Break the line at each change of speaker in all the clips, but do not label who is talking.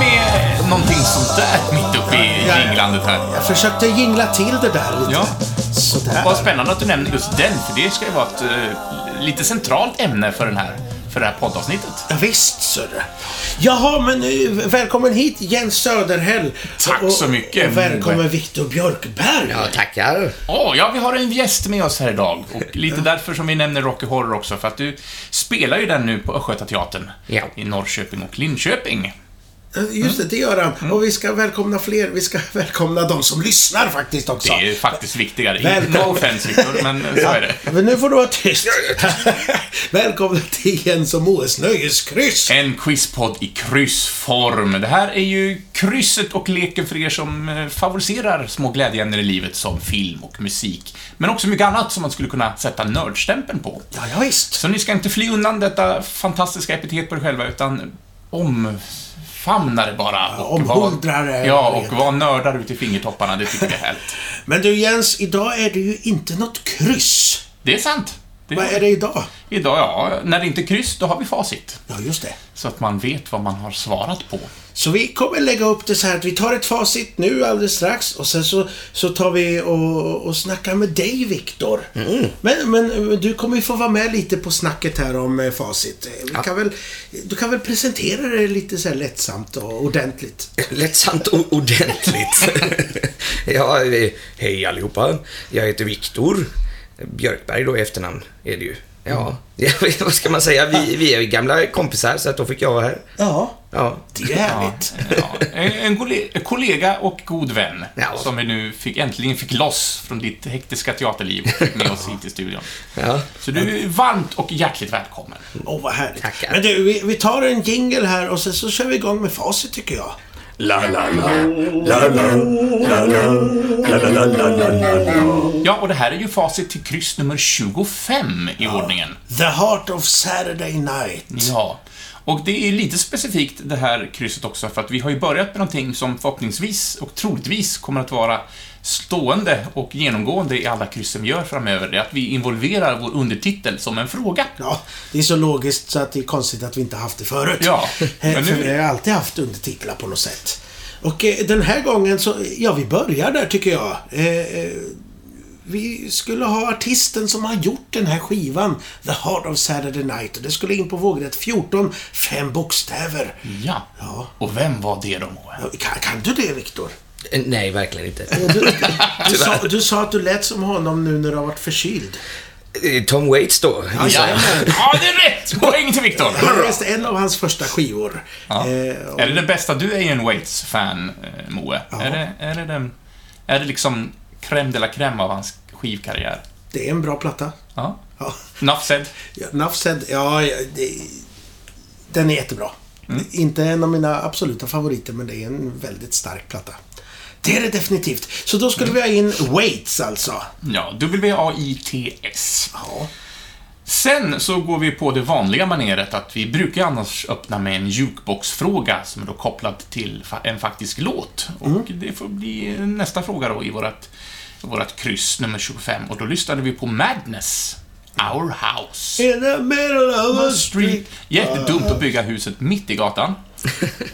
eh, någonting sånt där mitt uppe i
Ja, ja.
jinglandet här.
Jag försökte jingla till det där lite.
Ja. Vad
Sådär.
spännande att du nämner just den, för det ska ju vara ett eh, lite centralt ämne för, den här, för det här poddavsnittet.
Ja, visst, Sörre. Jaha, men eh, välkommen hit Jens Söderhäll.
Tack
Och-
så mycket.
Och välkommen Viktor Björkberg.
Ja, tackar.
Åh, ja, vi har en gäst med oss här idag. Och lite därför som vi nämner Rocky Horror också, för att du spelar ju den nu på Östgötateatern.
Ja.
I Norrköping och Linköping.
Eh, Just det, det gör han.
Mm.
Och vi ska välkomna fler. Vi ska välkomna de som lyssnar faktiskt också.
Det är ju faktiskt viktigare. Inte
Välkommen.
offense, Viktor, men så är det.
Men nu får du vara tyst. Välkomna till Jens och Moes Nöjeskryss.
En quizpodd i kryssform. Det här är ju krysset och leken för er som eh, favoriserar små glädjeämnen i livet som film och musik. Men också mycket annat som man skulle kunna sätta nördstämpeln på.
Ja, ja, visst.
Så ni ska inte fly undan detta fantastiska epitet på er själva, utan omfamna det bara. och
omhuldrar
var-
det.
Ja, och var nördar ut i fingertopparna. Det tycker vi är härligt.
Men du Jens, idag är det ju inte något kryss.
Det är sant. Det
Vad är det idag?
Idag, ja. När det inte är kryss, då har vi facit.
Ja, just det.
Så att man vet vad man har svarat på.
Så vi kommer lägga upp det så här att vi tar ett facit nu alldeles strax och sen så, så tar vi och, och snackar med dig Viktor. Men, men eh, du kommer ju få vara med lite på snacket här om eh, facit. Eh, Vi kan väl, du kan väl presentera det lite så här lättsamt och ordentligt.
Lättsamt och ordentligt. ja, eh, hej allihopa. Jag heter Viktor. Björkberg då i efternamn är det ju. Ja, vad ska man säga? Vi, vi är ju gamla kompisar så att då fick jag vara här.
Ja,
Ja,
det är härligt.
Ja, en en gole- kollega och god vän
Ja.
som vi nu fick, äntligen fick loss från ditt hektiska teaterliv och fick med oss hit till studion.
ja.
Så du är varmt och hjärtligt välkommen.
Åh, vad härligt.
Tackar.
Men du, vi, vi tar en jingle här och sen så kör vi igång med facit tycker jag.
La la la la la la la la la la la la la la.
Ja, och det här är ju facit till kryss nummer 25 i ordningen.
The Heart of Saturday Night.
Ja. Och det är lite specifikt det här krysset också, för att vi har ju börjat med någonting som förhoppningsvis och troligtvis kommer att vara stående och genomgående i alla kryss som vi gör framöver. Det är att vi involverar vår undertitel som en fråga.
Ja, det är så logiskt så att det är konstigt att vi inte haft det förut.
Ja,
Eh,
men
För
nu-
vi har ju alltid haft undertitlar på något sätt. Och eh, den här gången så, ja vi börjar där tycker jag. Eh, eh, vi skulle ha artisten som har gjort den här skivan, The Heart of Saturday Night. Och det skulle in på vågrätt 14, fem bokstäver.
Ja. Och vem var det då, Moe?
Kan, kan du det, Viktor?
Eh, Nej, verkligen inte.
Du sa, du sa att du lät som honom nu när du har varit förkyld.
Eh, Tom Waits då, gissar jag.
Jajamän. Ja, det är rätt! Poäng till Viktor!
Jag läste en av hans första skivor.
Ja.
Eh, och-
Är det det bästa? Du är ju en Waits-fan, eh, Moe. Är, det, är, det den, är det liksom crème de la crème av hans skivkarriär?
Det är en bra platta.
Ja.
Ja.
Enough said.
Ja, Nuff said, ja, ja, det, den är jättebra.
Mm.
Inte en av mina absoluta favoriter, men det är en väldigt stark platta. Det är det definitivt. Så då skulle vi ha in Waits alltså.
Ja, W-A-I-T-S.
Ja.
Sen så går vi på det vanliga maneret att vi brukar ju annars öppna med en jukebox-fråga som är då kopplad till fa- en faktisk låt. Och
Mm.
det får bli nästa fråga då i vårat, vårat kryss nummer 25 och då lyssnade vi på Madness, Our House.
In the middle of a street.
Jättedumt att bygga huset mitt i gatan.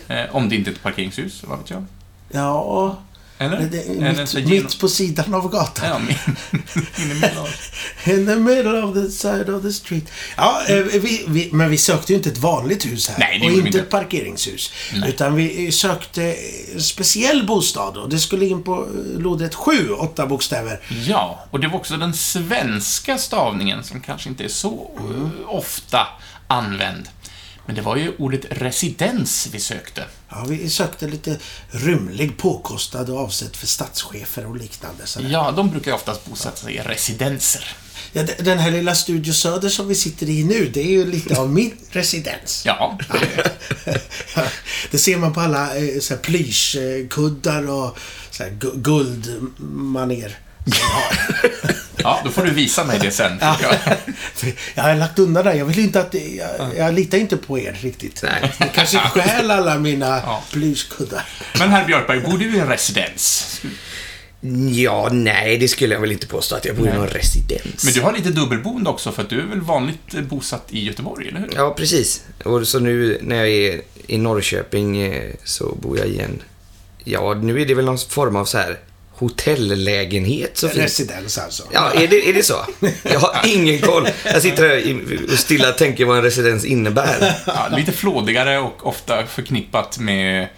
eh, om det inte är ett parkeringshus, vad vet jag.
Ja,
Eller?
det
Eller
är
så
mitt,
genom-
mitt på sidan av gatan.
Ja, min- in i mitten av-
In the middle of the side of the street. Ja, eh, vi, vi, men vi sökte ju inte ett vanligt hus här.
Nej, det
och
gjorde vi
inte
inte.
ett parkeringshus. Utan vi eh, sökte eh, en speciell bostad och det skulle in på eh, lodrätt 7, åtta bokstäver.
Ja, och det var också den svenska stavningen som kanske inte är så eh, ofta använd. Men det var ju ordet residens vi sökte.
Ja, vi sökte lite rymlig, påkostad och avsett för statschefer och liknande. Så
Ja, de brukar ju oftast bosätta sig i residenser.
ja, d- den här lilla Studio Söder som vi sitter i nu, det är ju lite av min residens.
Ja,
det ser man på alla eh, så här plyschkuddar och så här gu- guldmaner.
ja då får du visa mig det sen. tycker jag.
För Jag har lagt undan det. här. Jag vill inte att... Jag, jag litar inte på er riktigt.
Nej.
Ni kanske stjäl alla mina
Ja.
plyschkuddar.
Men herr Björkberg, bor du i en residens?
Ja, nej, det skulle jag väl inte påstå att jag bor i någon residens.
Men du har lite dubbelboende också, för att du är väl vanligt eh, bosatt i Göteborg, eller hur?
Ja, precis. Och så nu när jag är i Norrköping eh, så bor jag i en... Ja, nu är det väl någon form av så här hotelllägenhet som finns.
Residens alltså.
Ja, är det, är det så? Jag har ingen koll. Jag sitter här i- och stilla tänker vad en residens innebär.
Ja, lite flådigare och ofta förknippat med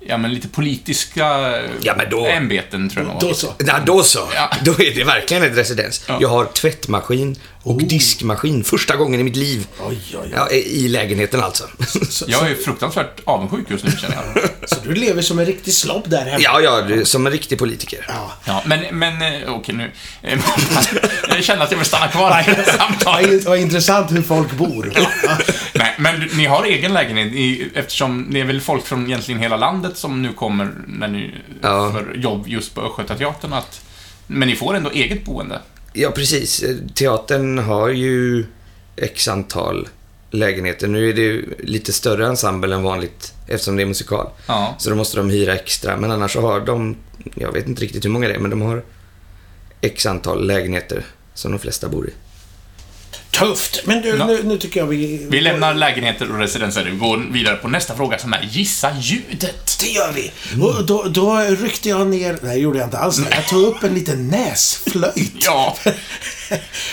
ja, men lite politiska
Ja, men då-
ämbeten, tror jag nog.
Då så.
Ja, då så.
Ja.
Då är det verkligen ett residens.
Ja.
Jag har tvättmaskin och diskmaskin. Första gången i mitt liv.
Oj, oj,
Ja, I lägenheten alltså.
Jag är fruktansvärt avundsjuk just nu, känner jag.
Så du lever som en riktig slobb där hemma.
Ja, ja, du, som en riktig politiker.
Ja, men, men eh, okej nu. Eh, Jag känner att jag vill stanna kvar i det här
Vad
samtalet.
in- Vad intressant hur folk bor.
Nej, men du- ni har egen lägenhet i, eftersom det är väl folk från egentligen hela landet som nu kommer när ni
Ja.
för jobb just på Östgötateatern. Att, men ni får ändå eget boende.
Ja, precis. Eh, Teatern har ju x antal lägenheter. Nu är det ju lite större ensemble än vanligt eftersom det är musikal.
Ja.
Så då måste de hyra extra. Men annars så har de, jag vet inte riktigt hur många det är, men de har x antal lägenheter som de flesta bor i.
Tufft. Men du,
Ja.
nu, nu tycker jag vi...
Vi lämnar lägenheter och residenser och går vidare på nästa fråga som är Gissa ljudet.
Det gör vi. Och då, då ryckte jag ner... Nej, gjorde jag inte alls. det. Jag tog upp en liten näsflöjt.
Ja,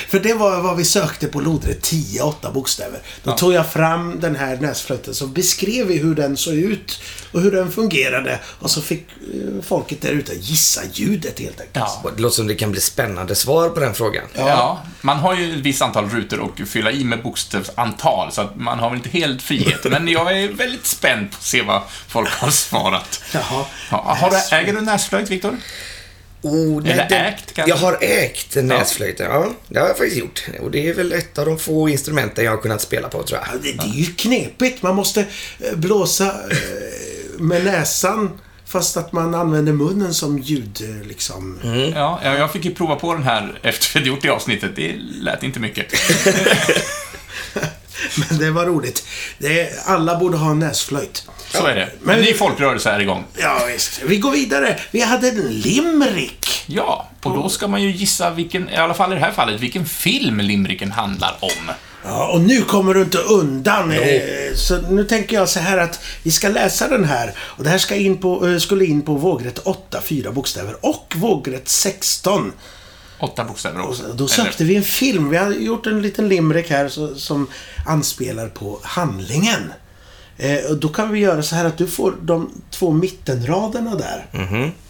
För det var vad vi sökte på lodrätt 10, 8 bokstäver. Då tog jag fram den här näsflöjten så beskrev vi hur den såg ut och hur den fungerade. Och så fick eh, folket där ute gissa ljudet helt enkelt.
Ja.
Och Det låter som det kan bli spännande svar på den frågan.
Ja, man har ju ett visst antal rutor och fylla i med bokstavsantal, så att man har väl inte helt frihet. Men jag är väldigt spänd på att se vad folk har svarat.
Jaha.
Ja, har du, äger du näsflöjt, Viktor?
Oh, nej,
Eller
den-
ägt, kanske?
Jag har ägt en näsflöjt, ja. Det har jag faktiskt gjort. Och det är väl ett av de få instrumenten jag har kunnat spela på, tror jag.
Ja, Det, det är ju knepigt. Man måste eh, blåsa eh, med näsan fast att man använder munnen som ljud, eh, liksom.
Mm. Ja, jag jag fick ju prova på den här efter vi hade gjort det avsnittet. Det lät inte mycket.
Men det var roligt. Det är, alla borde ha en näsflöjt.
Så är det.
Men-
Men ny folkrörelse är igång.
Ja, visst. Vi går vidare. Vi hade en limerick.
Ja, och då ska man ju gissa vilken, i alla fall i det här fallet, vilken film limericken handlar om.
Ja, och nu kommer du inte undan. eh, Så nu tänker jag så här att vi ska läsa den här. Och det här ska in på, eh, skulle in på vågrätt 8, fyra bokstäver. Och vågrätt 16.
Åtta bokstäver också.
Då sökte vi en film. Vi har gjort en liten limerick här så, som anspelar på handlingen. Eh, och då kan vi göra så här att du får de två mittenraderna där.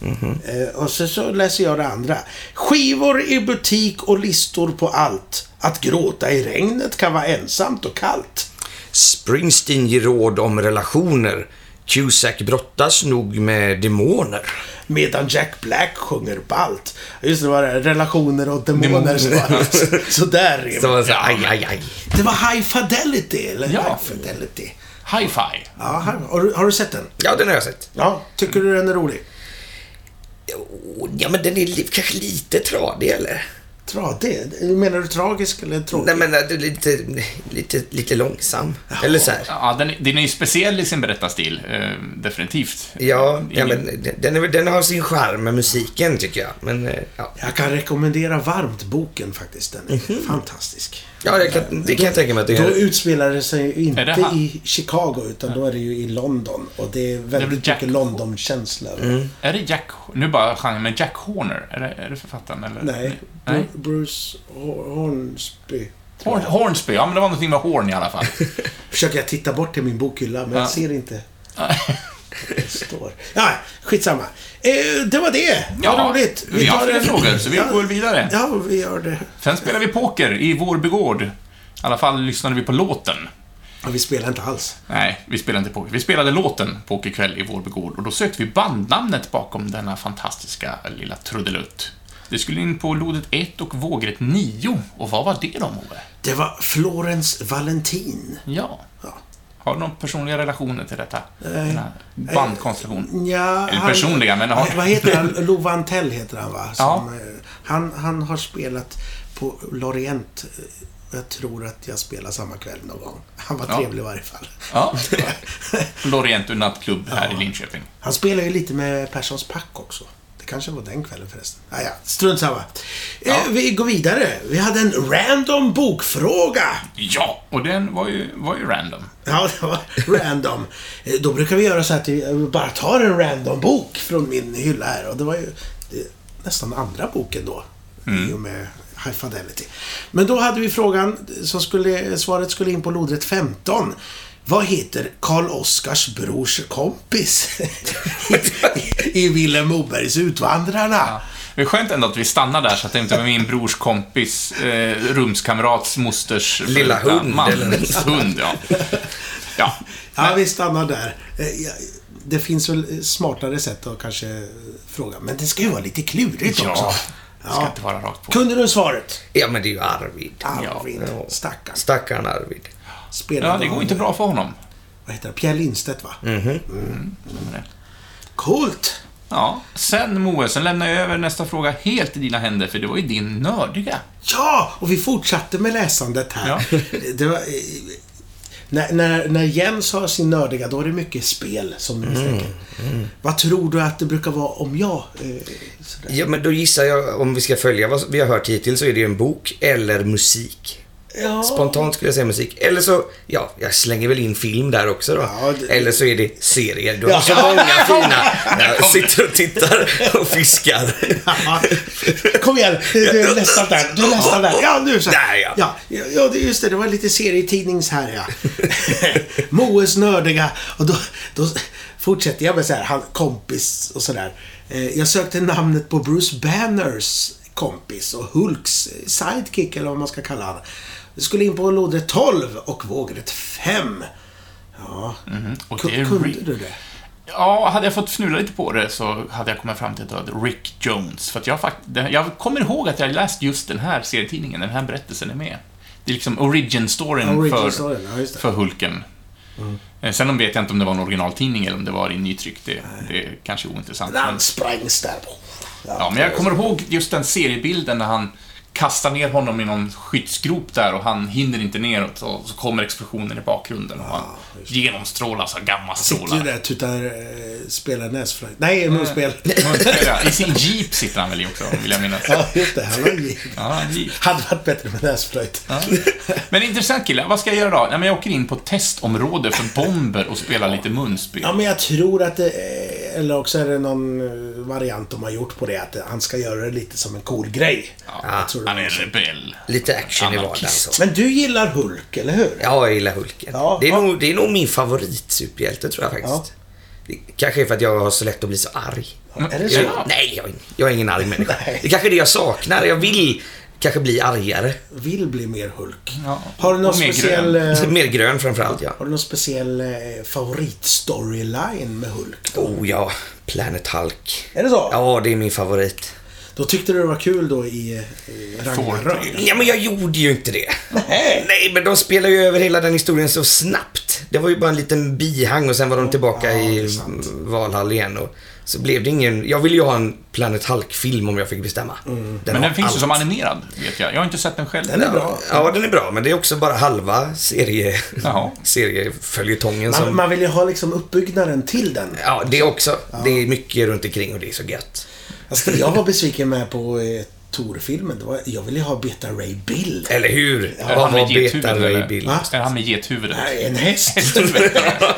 Eh, och så, så läser jag det andra. Skivor i butik och listor på allt. Att gråta i regnet kan vara ensamt och kallt.
Springsteen ger råd om relationer. Cusack brottas nog med demoner.
Medan Jack Black sjunger ballt. Just det, det var det. Relationer och demoner. Så, var- så där.
Så man säger, aj, aj, aj.
Det var High Fidelity. Eller
Ja.
High Fidelity.
High five.
Ja, har, har, du, har du sett den?
Ja, den har jag sett.
Ja. Tycker du den är rolig?
Oh, Ja, men den är li- kanske lite tradig, eller?
Tradig? Menar du tragisk eller tråkig?
Nej, men eh, det är lite, lite, lite långsam. Eller så här.
Ja, den, den är ju speciell i sin berättarstil, eh, definitivt.
Ja, ja
Ingen-
men den- den, är, den har sin charm med musiken, tycker jag. Men, eh, ja.
Jag kan rekommendera varmt boken faktiskt. Den är fantastisk.
Ja, det kan, det kan jag tänka mig att Mhm. det
Då
är.
utspelar det sig ju
Är det
inte
han?
i Chicago utan då är det ju i London. Och det är väldigt
Jack-
mycket London-känsla. över det.
Mm.
Är det Jack... Nu bara genren, men Jack Horner? Är det, är det författaren, eller?
Nej.
Nej.
Bru- Bruce Ho- Hornsby.
Horn, Hornsby, ja men det var någonting med horn i alla fall.
Försöker jag titta bort till min bokhylla men
Ja.
jag ser inte. vad Det står. Ja, skitsamma. Eh, det var det. Vad roligt.
Vi har fler
en-
frågor, så vi
Ja.
går vidare.
Ja, vi gör det.
Sen spelar vi poker i vår begård. I alla fall lyssnade vi på låten.
Ja, vi spelar inte alls.
Nej, vi spelade inte poker. Vi spelade låten Pokerkväll i vår begård och då sökte vi bandnamnet bakom denna fantastiska lilla trudelutt. Det skulle in på lodet 1 och vågrätt 9. Och vad var det då, Moe?
Det var Florence Valentin.
Ja.
Ja.
Har du någon personliga relationer till detta? Denna bandkonstellation?
Ja,
Eller personliga, men har-
han, Vad heter han? Lovantell heter han, va?
Ja.
eh, han, han har spelat på Lorient. Jag tror att jag spelar samma kväll någon gång. Han var
Ja.
trevlig i varje fall.
Ja. Loriento nattklubb här i Linköping.
Han spelar ju lite med Perssons Pack också. Det kanske var den kvällen förresten. Ah, ja, strunt samma. Eh, vi går vidare. Vi hade en random bokfråga.
Ja, och den var ju, var ju random.
Ja, det var random. Eh, Då brukar vi göra så att vi bara tar en random bok från min hylla här. Och det var ju eh, nästan andra boken då. I och med High Fidelity. Men då hade vi frågan som skulle, svaret skulle in på lodrätt 15. Vad heter Karl Oskars brors kompis? I, I Vilhelm Mobergs Utvandrarna.
Det är skönt ändå att vi stannar där så att det inte var min brors kompis, eh, rumskamrats mosters
Lilla
födda
hund
man.
eller något.
hund, ja. ja.
Ja, vi stannar där. Eh, ja, Det finns väl smartare sätt att kanske fråga. Men det ska ju vara lite klurigt
Ja.
också.
Det ska inte vara rakt på.
Kunde du svaret?
Ja, men det är ju Arvid.
Arvid.
Ja.
Stackarn.
Stackaren Arvid.
Spelade
Ja, det går
han-
inte bra för honom.
Vad heter det? Pierre Lindstedt, va?
Mhm.
Mm.
Men det-
Coolt!
Ja. Sen Moe, sen lämnar jag över nästa fråga helt i dina händer, för det var ju din nördiga.
Ja, och vi fortsatte med läsandet här.
Ja.
Det var, eh, när, när, när Jens har sin nördiga, då är det mycket spel som ni
Mm.
misstänker. Vad tror du att det brukar vara om jag... Eh, sådär?
Ja, men då gissar jag, om vi ska följa vad vi har hört hittills, så är det ju en bok eller musik.
Ja.
Spontant skulle jag säga musik. Eller så, ja, jag slänger väl in film där också då.
Ja, det-
Eller så är det serier. Du har
Ja.
så många fina. Jag sitter och tittar och fiskar.
Ja. Kom igen, du du är nästan där. Du är nästan där. Ja, nu så.
Där, ja.
ja. Ja, ja, det- just det. Det var lite serietidnings här, ja. Moes nördiga. Och då, då fortsätter jag med så här, han, kompis och sådär. Eh, Jag sökte namnet på Bruce Banners kompis och Hulks sidekick, eller vad man ska kalla honom. Jag skulle in på lodrätt 12 och vågrätt 5. Ja.
Och det
Ku-
är
Kunde
Rick.
du det?
Ja, hade jag fått fnula lite på det så hade jag kommit fram till att det var Rick Jones. För att jag, fakt- det- jag kommer ihåg att jag läst just den här serietidningen, den här berättelsen är med. Det är liksom origin-storyn
Origin
för,
storyn, ja, just det. Mm.
för Hulken. Eh, Sen om vet jag inte om det var en originaltidning eller om det var i nytryck. Det, det är kanske ointressant. Men,
Han sprängs där.
ja, men jag kommer ihåg just den seriebilden när han kastar ner honom i någon skyddsgrop där och han hinner inte neråt och så kommer explosionen i bakgrunden och han genomstrålas av
Sitter ju
gammastrålar.
där och tutar, eh, spelar näsflöjt. Nej, munspel.
I sin jeep sitter han väl i också, vill jag minnas.
ja, just det. Han har ju-
Ja, en jeep.
Hade varit bättre med näsflöjt.
Men intressant killar, vad ska jag göra då? Nej, men jag åker in på ett testområde för bomber och spelar lite munspel.
Ja, men jag tror att det... eh, Eller också är det någon eh, variant de har gjort på det. Att eh, han ska göra det lite som en cool grej.
Ja,
tror det
han är
också.
rebell.
Lite action i vardagen.
Anarkist.
Alltså.
Men du gillar Hulk, eller hur?
Ja, jag gillar Hulken.
Ja.
Det, är
Ja.
nog, det är nog min favoritsuperhjälte tror jag faktiskt. Det kanske är för att jag har så lätt att bli så arg.
Är det så?
Jag, nej, jag, är ingen- jag är ingen arg människa. Det är kanske är det jag saknar. Jag vill kanske bli argare.
Vill bli mer Hulk.
Ja.
Har du någon
Och mer
speciell...
grön.
eh,
Mer grön framförallt, ja.
Har du någon speciell eh, favoritstoryline med Hulk? Då?
Oh ja, Planet Hulk.
Är det så?
Ja, det är min favorit.
Då tyckte du det var kul då i, eh, i Ragnarök?
Thor.
Ja, men jag gjorde ju inte det. Nej. men de spelar ju över hela den historien så snabbt. Det var ju bara en liten bihang och sen var de tillbaka i Valhall igen. Och så blev det ingen... Jag ville ju ha en Planet Hulk-film om jag fick bestämma.
Men
har
den finns ju
allt.
som animerad, vet jag. Jag har inte sett den själv.
Den är bra.
Ja, den är bra, men det är också bara halva serie...
Jaha.
serieföljetongen
Man,
som...
man vill ju ha liksom uppbyggnaden till den.
Ja, det också. Det är mycket runt omkring och det är så gött.
Alltså, det jag var besviken med på eh, Tor-filmen, det var, jag ville ju ha Beta Ray Bill.
Eller hur?
Är
Vad
han med
var
gethuvudet,
betar i
eller?
bild?
Va?
Är han med gethuvudet?
Nej, en häst.
Helvete.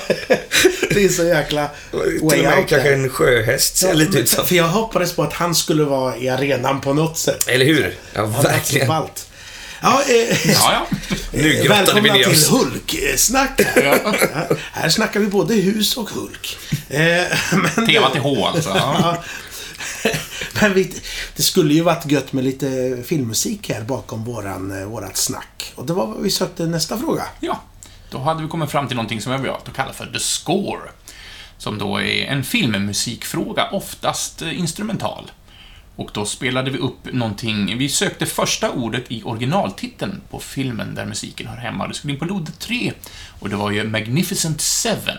det är så jäkla
Till och
way
med
out
kanske
there.
en sjöhäst ser lite ut som.
För jag hoppades på att han skulle vara i arenan på något sätt.
Eller hur? Ja,
Han var så
verkligen.
ballt. Ja, eh,
Ja, ja.
Nu grottade vi
Välkomna
ner
till
oss.
Hulk-snack. här. här snackar vi både hus och Hulk. Eh, men,
Temat är H, alltså. Ja.
Ja. Men vi, det skulle ju varit gött med lite filmmusik här bakom våran, eh, vårat snack. Och det var vad vi sökte nästa fråga.
Ja, då hade vi kommit fram till någonting som jag valt att kalla för the score. Som då är en filmmusikfråga, oftast eh, instrumental. Och då spelade vi upp någonting, vi sökte första ordet i originaltiteln på filmen där musiken hör hemma. Det skulle in på lod 3 och det var ju Magnificent Seven.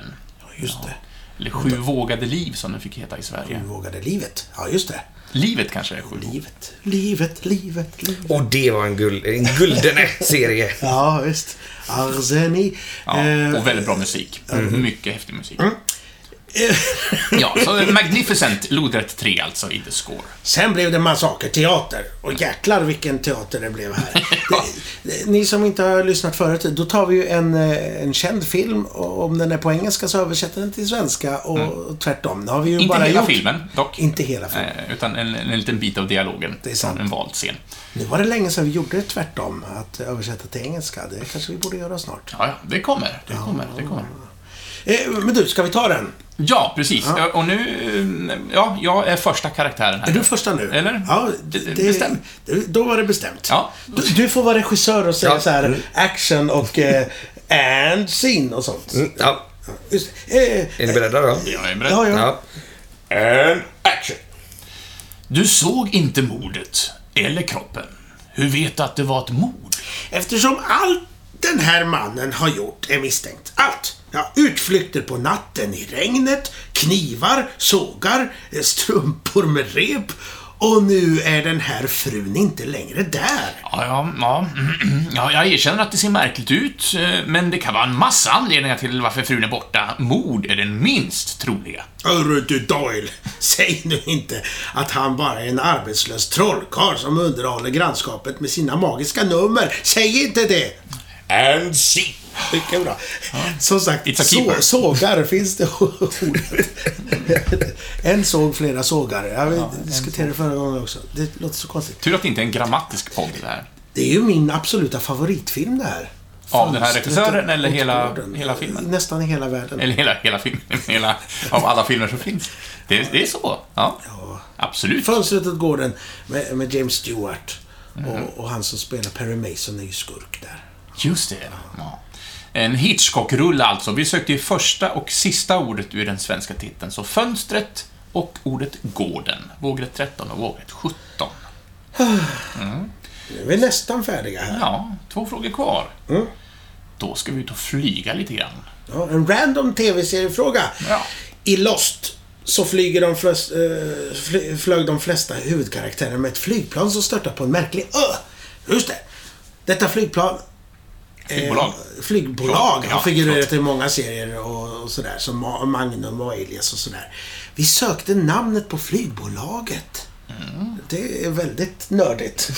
Just det.
Eller Sju vågade liv som den fick heta i Sverige.
Du vågade livet. Ja, just det.
Livet kanske är sju.
Livet, livet, livet, livet.
Och det var en, guld, en guldene serie.
Ja, visst. Arseni.
Ja,
Eh, Mm-hmm. Mm.
och väldigt bra musik. Mycket häftig musik. Ja, så Magnificent, lodrätt 3 alltså, inte score.
Sen blev det massakerteater. Och jäklar vilken teater det blev här. Det- det- Ni som inte har lyssnat förut, då tar vi ju en, eh, en känd film och om den är på engelska så översätter den till svenska och tvärtom. Det har vi ju
Mm. Inte
bara
hela
gjort.
filmen, dock.
Inte hela filmen.
Eh, Utan en, en liten bit av dialogen.
Det är sant.
från En vald scen.
Nu var det länge sedan vi gjorde det tvärtom, att översätta till engelska. Det kanske vi borde göra snart.
Ja, ja, det kommer. Det kommer, det kommer.
Eh, men du, ska vi ta den?
Ja, precis. Eh, Och nu... eh, Ja, jag är första karaktären här.
Är du första nu?
Eller?
Ja,
Det-
det,
bestämt.
det- Då var det bestämt.
Ja. Mm.
Du, du får vara regissör och säga
Ja.
så här action och eh, and scene och sånt.
Mm, ja.
Just, eh,
Är ni beredda då?
Jag är beredd.
ja, ja.
Ja. And action!
Du såg inte mordet, eller kroppen. Hur vet du att det var ett mord?
Eftersom allt den här mannen har gjort är misstänkt. Allt! Ja, utflykter på natten i regnet, knivar, sågar, eh, strumpor med rep och nu är den här frun inte längre där.
Ja, ja, ja. ja, jag erkänner att det ser märkligt ut, eh, men det kan vara en massa anledningar till varför frun är borta. Mord är den minst troliga.
Hörru du Doyle, säg nu inte att han bara är en arbetslös trollkarl som underhåller grannskapet med sina magiska nummer. Säg inte det!
And see!
Mycket bra. Som sagt,
It's a keeper.
så, sågar finns det ordet. en såg, flera sågar. Jag vi diskuterade det förra gången också. Det låter så konstigt.
Tur att det inte är en grammatisk podd det här.
Det är ju min absoluta favoritfilm det här.
Av den här
Fönstret
regissören eller
åt
hela-
gården.
hela filmen?
Nästan i hela världen.
Eller hela, hela filmen, hela, av alla filmer som finns. Det, det är så. Ja. Absolut.
Fönstret åt gården med, med James Stewart. Och, och han som spelar Perry Mason är ju skurk där.
Just det. Ja. En Hitchcock-rulle alltså. Vi sökte ju första och sista ordet ur den svenska titeln, så fönstret och ordet gården. Vågrätt 13 och vågrätt 17.
Nu är vi nästan färdiga här.
Ja, två frågor kvar.
Mm.
Då ska vi ut och flyga lite grann.
Ja, en random TV-seriefråga.
Ja.
I Lost så flyger de flest, eh, fly, flög de flesta huvudkaraktärer med ett flygplan som störtar på en märklig ö. Just det. Detta flygplan...
Flygbolag.
Eh, flygbolag
Ja,
har figurerat
förlåt.
i många serier och, och sådär. Som Ma- Magnum och Alias och sådär. Vi sökte namnet på flygbolaget.
Mm.
Det är väldigt nördigt.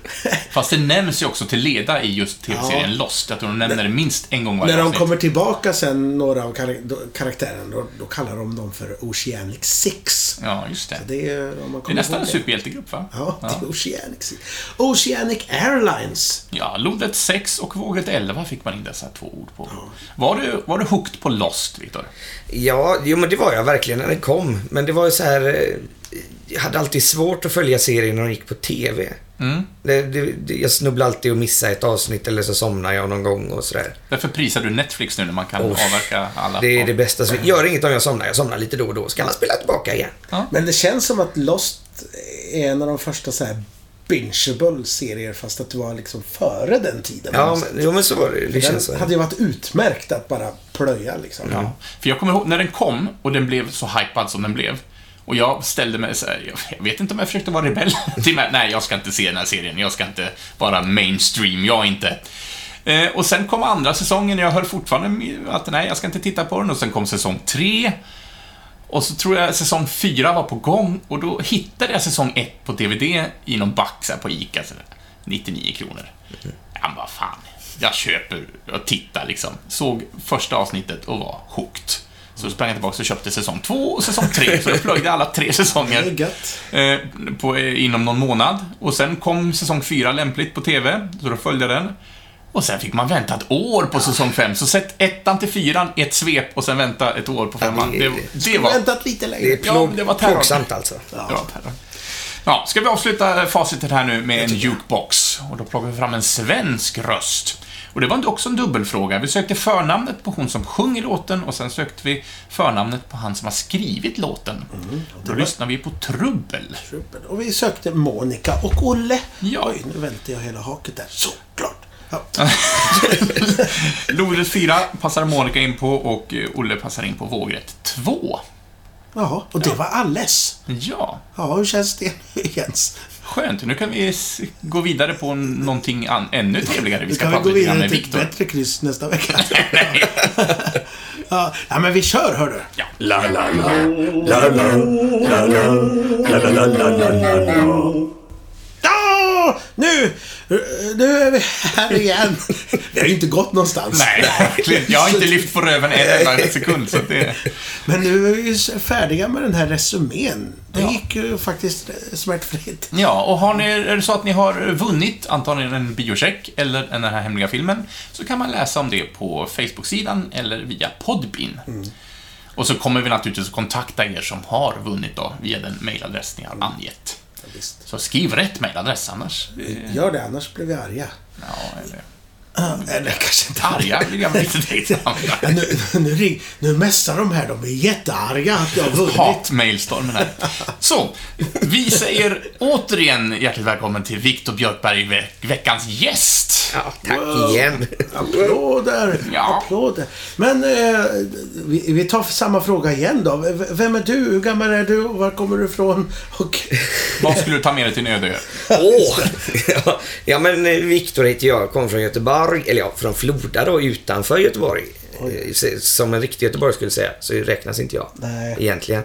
Fast det nämns ju också till leda i just tv-serien Lost. Jag tror de nämner det minst en gång varje
När de
avsnitt.
kommer tillbaka sen, några av kar- då- karaktärerna, då, då kallar de dem för Oceanic Six.
Ja, just det.
Det är, om man
Det är
kommer
nästan en
ihåg
superhjältegrupp, va?
Ja, det är Oceanic Six. Oceanic Airlines.
Ja, lodrätt 6 och vågrätt 11 fick man in dessa två ord på. Var du, var du hooked på Lost, Viktor?
Ja, jo men det var jag verkligen när den kom. Men det var ju så här... eh, Jag hade alltid svårt att följa serien när den gick på TV.
Mm.
Det, det, det, jag snubblade alltid och missade ett avsnitt eller så somnade jag någon gång och sådär.
Därför prisar du Netflix nu när man kan avverka alla.
Det är det bästa som... Gör inget om jag somnar. Jag somnar lite då och då. Ska alla spela tillbaka igen?
Men det känns som att Lost är en av de första så här bingeable serier fast att det var liksom före den tiden. Alltså,
Ja, men, jo men så var det ju. Det
den
känns så.
hade ju varit utmärkt att bara plöja liksom.
Ja. Mm. För jag kommer ihåg när den kom och den blev så hypad som den blev. Och jag ställde mig så här, jag- jag vet inte om jag försökte vara rebell. till mig. Nej, jag ska inte se den här serien. Jag ska inte vara mainstream, jag inte. Eh, och sen kom andra säsongen, jag höll fortfarande med att nej, jag ska inte titta på den. Och sen kom säsong tre. Och så tror jag säsong fyra var på gång och då hittade jag säsong ett på DVD i någon back så här på ICA. Så där, 99 kronor.
Mm.
Jag bara, fan, jag köper och tittar liksom. Såg första avsnittet och var hooked. Så sprang jag tillbaka och köpte säsong två och säsong tre, så jag plöjde alla tre säsonger
Det är gött.
eh, på, eh, inom någon månad. Och sen kom säsong fyra lämpligt på TV, så då följde jag den. Och sen fick man vänta ett år på säsong fem, så sett ettan till fyran i ett svep och sen vänta ett år på femman.
det-
Det, det var...
Väntat lite
Det är
längre.
Ja,
plåg,
men det var terror.
plågsamt alltså.
Ja, terror. Ja, ska vi avsluta facitet här nu med en jukebox. Och då plockar vi fram en svensk röst. Och det var också en dubbelfråga. Vi sökte förnamnet på hon som sjunger låten och sen sökte vi förnamnet på han som har skrivit låten. Då lyssnar vi på Trubbel.
Och vi sökte Monica och Olle.
Ja.
Oj, nu välte jag hela haket där. Såklart. Ja.
Lodrätt 4 passar Monica in på och eh, Olle passar in på vågrätt 2.
Jaha, och det var alles.
Ja,
Ja, hur känns det nu, Jens?
skönt. Nu kan vi s- gå vidare på någonting an- ännu trevligare. Vi
Nu
ska
kan vi
prata
gå
lite grann
vidare
med
till ett
Viktor.
bättre kryss nästa vecka. Ja, ja, men vi kör hördu.
La la la la la la la la la la la la la la
Ja, nu, nu är vi här igen. Vi har ju inte gått någonstans.
Nej, verkligen. Jag har inte lyft på röven en enda sekund, så att det...
Men nu är vi ju färdiga med den här resumén. Det gick ju faktiskt eh, smärtfritt.
Ja, och har ni, är det så att ni har vunnit antingen en biocheck eller den här hemliga filmen, så kan man läsa om det på Facebook-sidan eller via Podbean.
Mm.
Och så kommer vi naturligtvis att kontakta er som har vunnit då, via den mailadress ni
Mm.
har angett. Så skriv rätt mailadress annars.
Gör det, annars blir vi arga.
Ja, eller...
Eller kanske inte
Arga blir jag väl inte direkt
Ja, nu, nu, ring, nu mässar de här. De är jättearga att jag har vunnit.
Hat-mailstormen här. Så, vi säger återigen hjärtligt välkommen till Viktor Björkberg, ve- veckans gäst.
Ja, tack igen.
Applåder!
Ja.
Applåder. Men eh, vi, vi tar samma fråga igen då. V- Vem är du? Hur gammal är du? Och Var kommer du ifrån? Och,
Vad skulle du ta med dig till en öde ö?
Åh! Ja, ja, men eh, Viktor heter jag, kommer från Göteborg, eller ja, från Floda då, utanför Göteborg. Eh, se- Som en riktig Göteborg skulle säga, så räknas inte jag
Nej.
egentligen.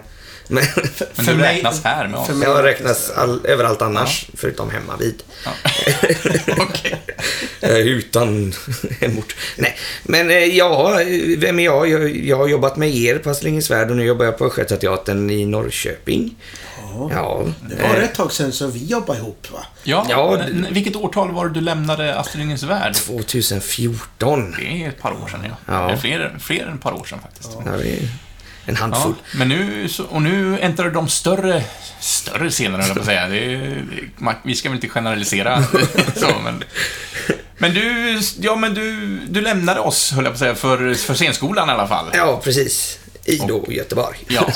Men
Men
För
du
mig-
räknas här med oss.
för mig-
jag räknas all, överallt annars, förutom hemma vid.
Okej.
Eh, Utan hemort. Nej, men eh, ja, eh, vem är jag? jag? Jag har jobbat med er på Aslingesvärd och nu jobbar jag på Östgötateatern i Norrköping. Ja,
det var
eh,
ett tag sedan som vi jobbade ihop va?
Ja,
Ja,
n-
det-
n- vilket årtal var det du lämnade Astrid Lindgrens Värld?
2014.
Det är ett par år sedan, ja.
Ja.
Eller Fler, fler än ett par år sedan faktiskt. Ja.
Ja, det är en handfull.
men nu, så, och nu äntrar de större, större scenerna, höll jag på att säga. Det är, man, vi ska väl inte generalisera. så, men, men du, ja men du, du lämnade oss, höll jag på att säga, för, för scenskolan i alla fall.
Ja, precis. I då Göteborg.
Ja.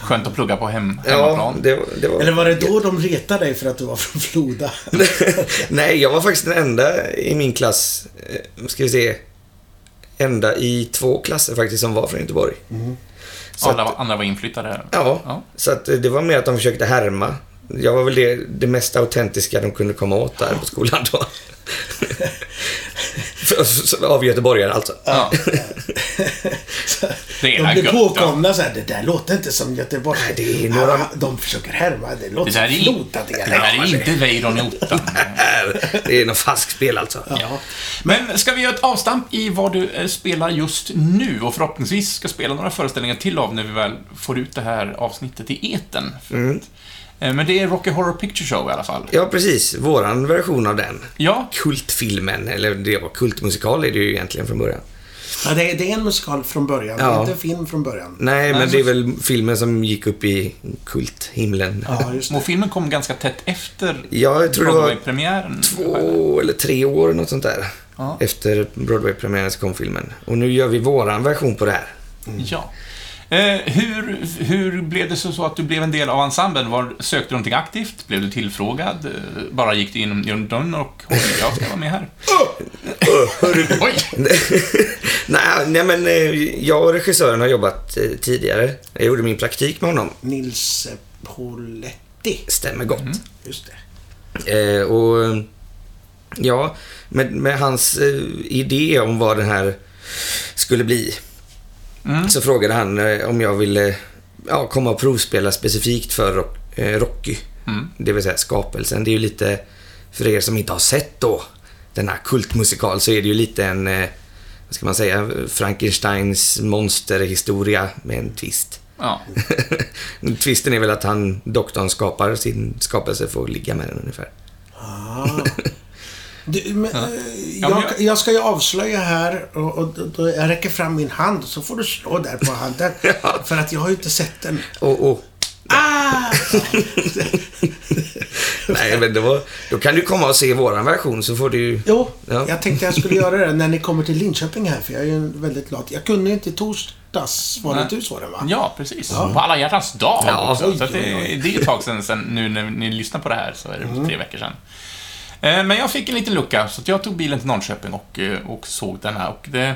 Skönt att plugga på hem,
Ja,
hemmaplan.
det, var- det var...
Eller var det då de retade dig för att du var från Floda?
Nej, jag var faktiskt den enda i min klass, eh, ska vi se, enda i två klasser faktiskt som var från Göteborg. Så
Alla
att,
var- andra var inflyttade.
ja,
Mm. Ja.
så att eh, det var mer att de försökte härma. Jag var väl det, det mest autentiska de kunde komma åt där på skolan då. För- så- Av göteborgare alltså.
Ja.
Så
Det är
de blev
gött,
påkomna så här, det där låter inte som Göteborg.
Nej, det är några-
Ah, de försöker härma, det låter
Det där
som
är, in,
Floda.
det
Det
där är inte Weiron i ottan.
Här, Äh, Det är något falskspel alltså.
Ja. Men ska vi göra ett avstamp i vad du eh, spelar just nu och förhoppningsvis ska spela några föreställningar till av när vi väl får ut det här avsnittet i etern. För
Mm.
att- eh, Men det är Rocky Horror Picture Show i alla fall.
Ja, precis. Våran version av den.
Ja,
Kultfilmen, eller det var kultmusikal är det ju egentligen från början.
Ja, det, är, det är en musikal från början, det är
Ja.
inte en film från början.
Nej, men
men-
det är väl filmen som gick upp i kulthimlen.
Ja, just det.
och filmen kom ganska tätt efter
Ja, jag tror det var
Broadway-premiären.
två eller tre år, något sånt där.
Ja.
Efter Broadway-premiären så kom filmen. Och nu gör vi våran version på det här.
Ja. Eh, hur, hur blev det så så att du blev en del av ensemblen? Var, sökte du någonting aktivt? Blev du tillfrågad? Eh, Bara gick du in genom dörren och "Oj, jag ska vara med här. Oj!
nej, nej, men eh, jag och regissören har jobbat eh, tidigare. Jag gjorde min praktik med honom.
Nils Poletti.
Stämmer gott.
Just det.
Eh, och eh, ja, med, med hans eh, idé om vad den här skulle bli
Mm,
så frågade han eh, om jag ville ja, komma och provspela specifikt för Rock, eh, Rocky.
mm,
Det vill säga skapelsen. Det är ju lite, för er som inte har sett då den här kultmusikal så är det ju lite en, eh, vad ska man säga, Frankensteins monsterhistoria med en twist.
Ja.
Twisten är väl att han, doktorn, skapar sin skapelse för att ligga med den ungefär.
Ah. Du, men, eh,
Ja, men
jag,
jag-
jag ska ju avslöja här och, och då- då jag räcker fram min hand så får du slå där på handen. För att jag har ju inte sett den.
Och, och,
Ah!
nej, men det var, då kan du komma och se våran version så får du...
Jo,
Ja.
jag tänkte jag skulle göra det när ni kommer till Linköping här, för jag är ju en väldigt lat. Jag kunde inte i torsdags, var det
Nej.
inte du som var det va?
Ja, precis. På alla hjärtans dag
Ja.
också. Så att det, det är ett tag sedan, sen, nu när ni lyssnar på det här, så är det
Mm.
tre veckor sedan. Eh, Men jag fick en liten lucka, så att jag tog bilen till Norrköping och, eh, och såg den här. Och det,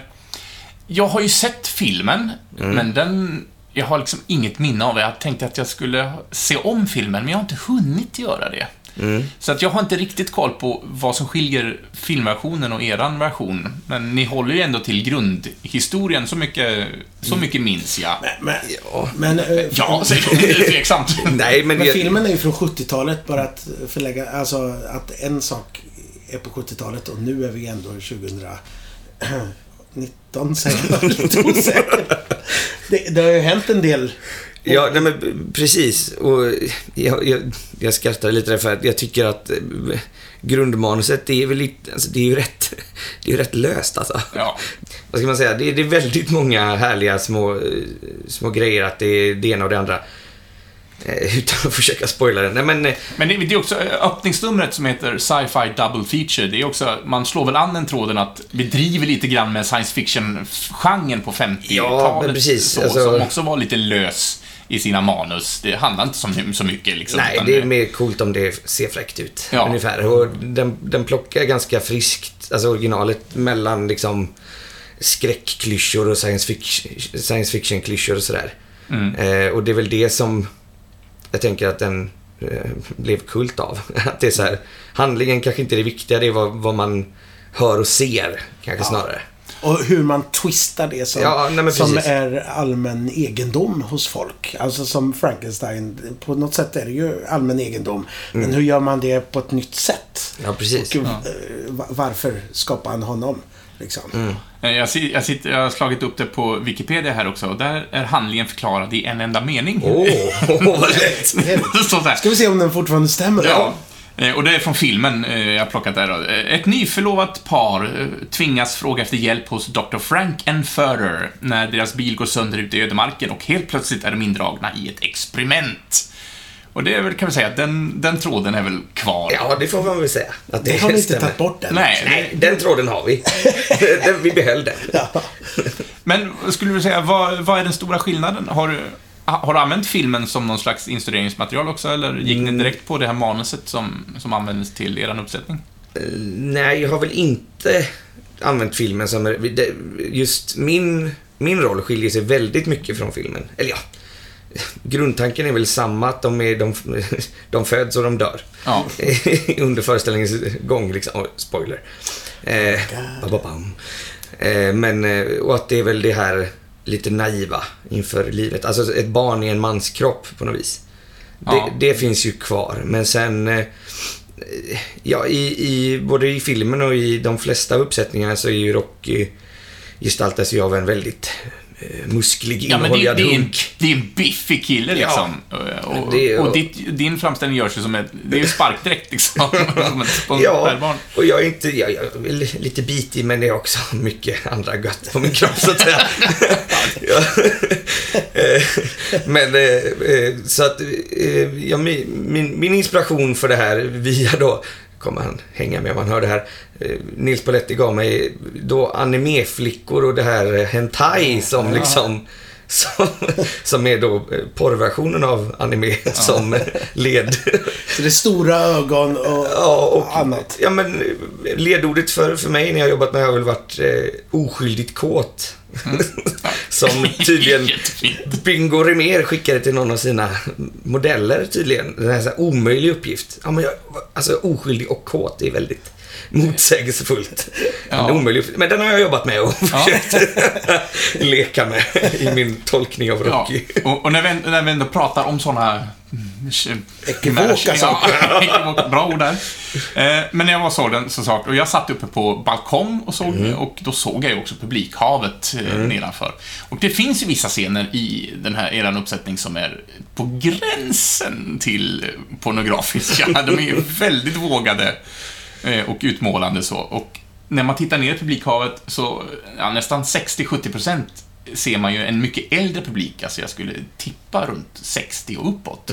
jag har ju sett filmen, men den... Jag har liksom inget minne av det. Jag tänkte att jag skulle se om filmen, men jag har inte hunnit göra det. Så att jag har inte riktigt koll på vad som skiljer filmversionen och eran version. Men ni håller ju ändå till grundhistorien, så mycket, så mycket minns jag.
Mm. Men,
Ja.
men, eh,
Ja, säger jag. Det är tveksamt.
Nej, men...
men
jag-
filmen är ju från 70-talet, bara att förlägga, alltså att en sak är på 70-talet och nu är vi ändå 2019 säger jag, lite osäker. Det, det har ju hänt en del.
Ja, nej men b- precis. Och jag, jag, jag skrattar lite där för att jag tycker att eh, grundmanuset, det är väl lite, alltså det är ju rätt, det är ju rätt löst alltså.
Ja.
Vad ska man säga? Det, är- det är väldigt många härliga små, eh, små grejer att det är det ena och det andra. Eh, Utan att försöka spoila det. Nej men, eh,
Men det, det är också öppningsnumret som heter Sci-Fi Double Feature. Det är också, man slår väl an den tråden att vi driver lite grann med science fiction-genren på 50-talet.
Ja, men precis.
Så,
Alltså-
Som också var lite lös i sina manus. Det handlar inte som, så mycket liksom.
nej,
utan
det är mer coolt om det ser fräckt ut.
Ja.
Ungefär. Och den, den plockar ganska friskt, alltså originalet, mellan liksom skräckklyschor och science fiction- science fiction-klyschor och sådär.
Mm.
Eh, och det är väl det som jag tänker att den eh, blev kult av. Att det är så här, handlingen kanske inte är det viktiga, det är vad, vad man hör och ser kanske snarare.
Och hur man twistar det som,
Ja, nej, men
som
precis.
är allmän egendom hos folk. Alltså som Frankenstein. På något sätt är det ju allmän egendom. Men hur gör man det på ett nytt sätt?
Mm. Ja, precis.
Och, eh, va- Varför skapar han honom? Liksom.
Mm.
Eh, Jag, si- jag, sitter, jag har slagit upp det på Wikipedia här också och där är handlingen förklarad i en enda mening.
Åh, oh, vad lätt!
det står så här.
Ska vi se om den fortfarande stämmer?
Ja. Eh, Och det är från filmen eh, jag har plockat där då. Eh, Ett nyförlovat par eh, tvingas fråga efter hjälp hos Dr. Frank and Furrer när deras bil går sönder ute i ödemarken och helt plötsligt är de indragna i ett experiment. Och det är väl, kan vi säga, att den, den tråden är väl kvar.
Ja, det får man väl säga. Att
Det har vi inte
stämmer.
tagit bort än.
Nej,
Nej, den tråden har vi. den, vi behöll den.
Ja.
men skulle du säga, vad, vad är den stora skillnaden? Har du, ha- har du använt filmen som någon slags instrueringsmaterial också, eller gick ni direkt på det här manuset som, som användes till er uppsättning?
Nej, jag har väl inte använt filmen som... det- Just min, min roll skiljer sig väldigt mycket från filmen. Eller ja, grundtanken är väl samma att de, är, de, de föds och de dör.
Ja.
Under föreställningens gång liksom. Oj, spoiler. Eh, ba-ba-bam. eh, men, eh, och att det är väl det här lite naiva inför livet. Alltså ett barn i en mans kropp på något vis.
Ja.
Det, det finns ju kvar, men sen... eh, Ja, i, i, både i filmen och i de flesta uppsättningarna så är ju Rocky gestaltas ju av en väldigt eh, musklig,
Ja, men det,
inhållad
det, är en,
hunk.
det är en biffig kille liksom. Och,
det är-
och ditt, din framställning görs ju som ett... Det är ju sparkdräkt liksom. som ett
Ja,
sperbarn.
och jag är inte, jag, jag är li- lite bitig men det är också mycket andra gött på min kropp så att säga. ja. Eh, men eh, eh, så att, eh, ja, mi- min, min inspiration för det här via då, kommer han hänga med om han hör det här, eh, Nils Poletti gav mig då animeflickor och det här eh, hentai som liksom som, som är då eh, porrversionen av anime som eh, led
Så det är stora ögon och,
Ja, och
annat.
Ja, men eh, ledordet för, för mig när jag har jobbat med har väl varit eh, oskyldigt kåt. Som tydligen
Mm. Jättefint.
Bingo Rimér skickade till någon av sina modeller tydligen. Den här, så här omöjlig uppgift. Ja, men jag, alltså oskyldig och kåt är väldigt motsägelsefullt.
Ja.
En omöjlig uppgift. Men den har jag jobbat med och försökt leka med i min tolkning av
Ja.
Rocky.
Och, och när, vi, när vi ändå pratar om sådana...
Mm.
Ekivoka saker.
saker. Bra ord där. Eh, Men när jag var såg den så sa och jag satt uppe på balkong och såg det, och då såg jag ju också publikhavet eh, nedanför. Och det finns ju vissa scener i den här eran uppsättning som är på gränsen till pornografiska. De är ju väldigt vågade eh, och utmålande så. Och när man tittar ner i publikhavet så, ja, nästan 60-70% ser man ju en mycket äldre publik, alltså jag skulle tippa runt 60 och uppåt.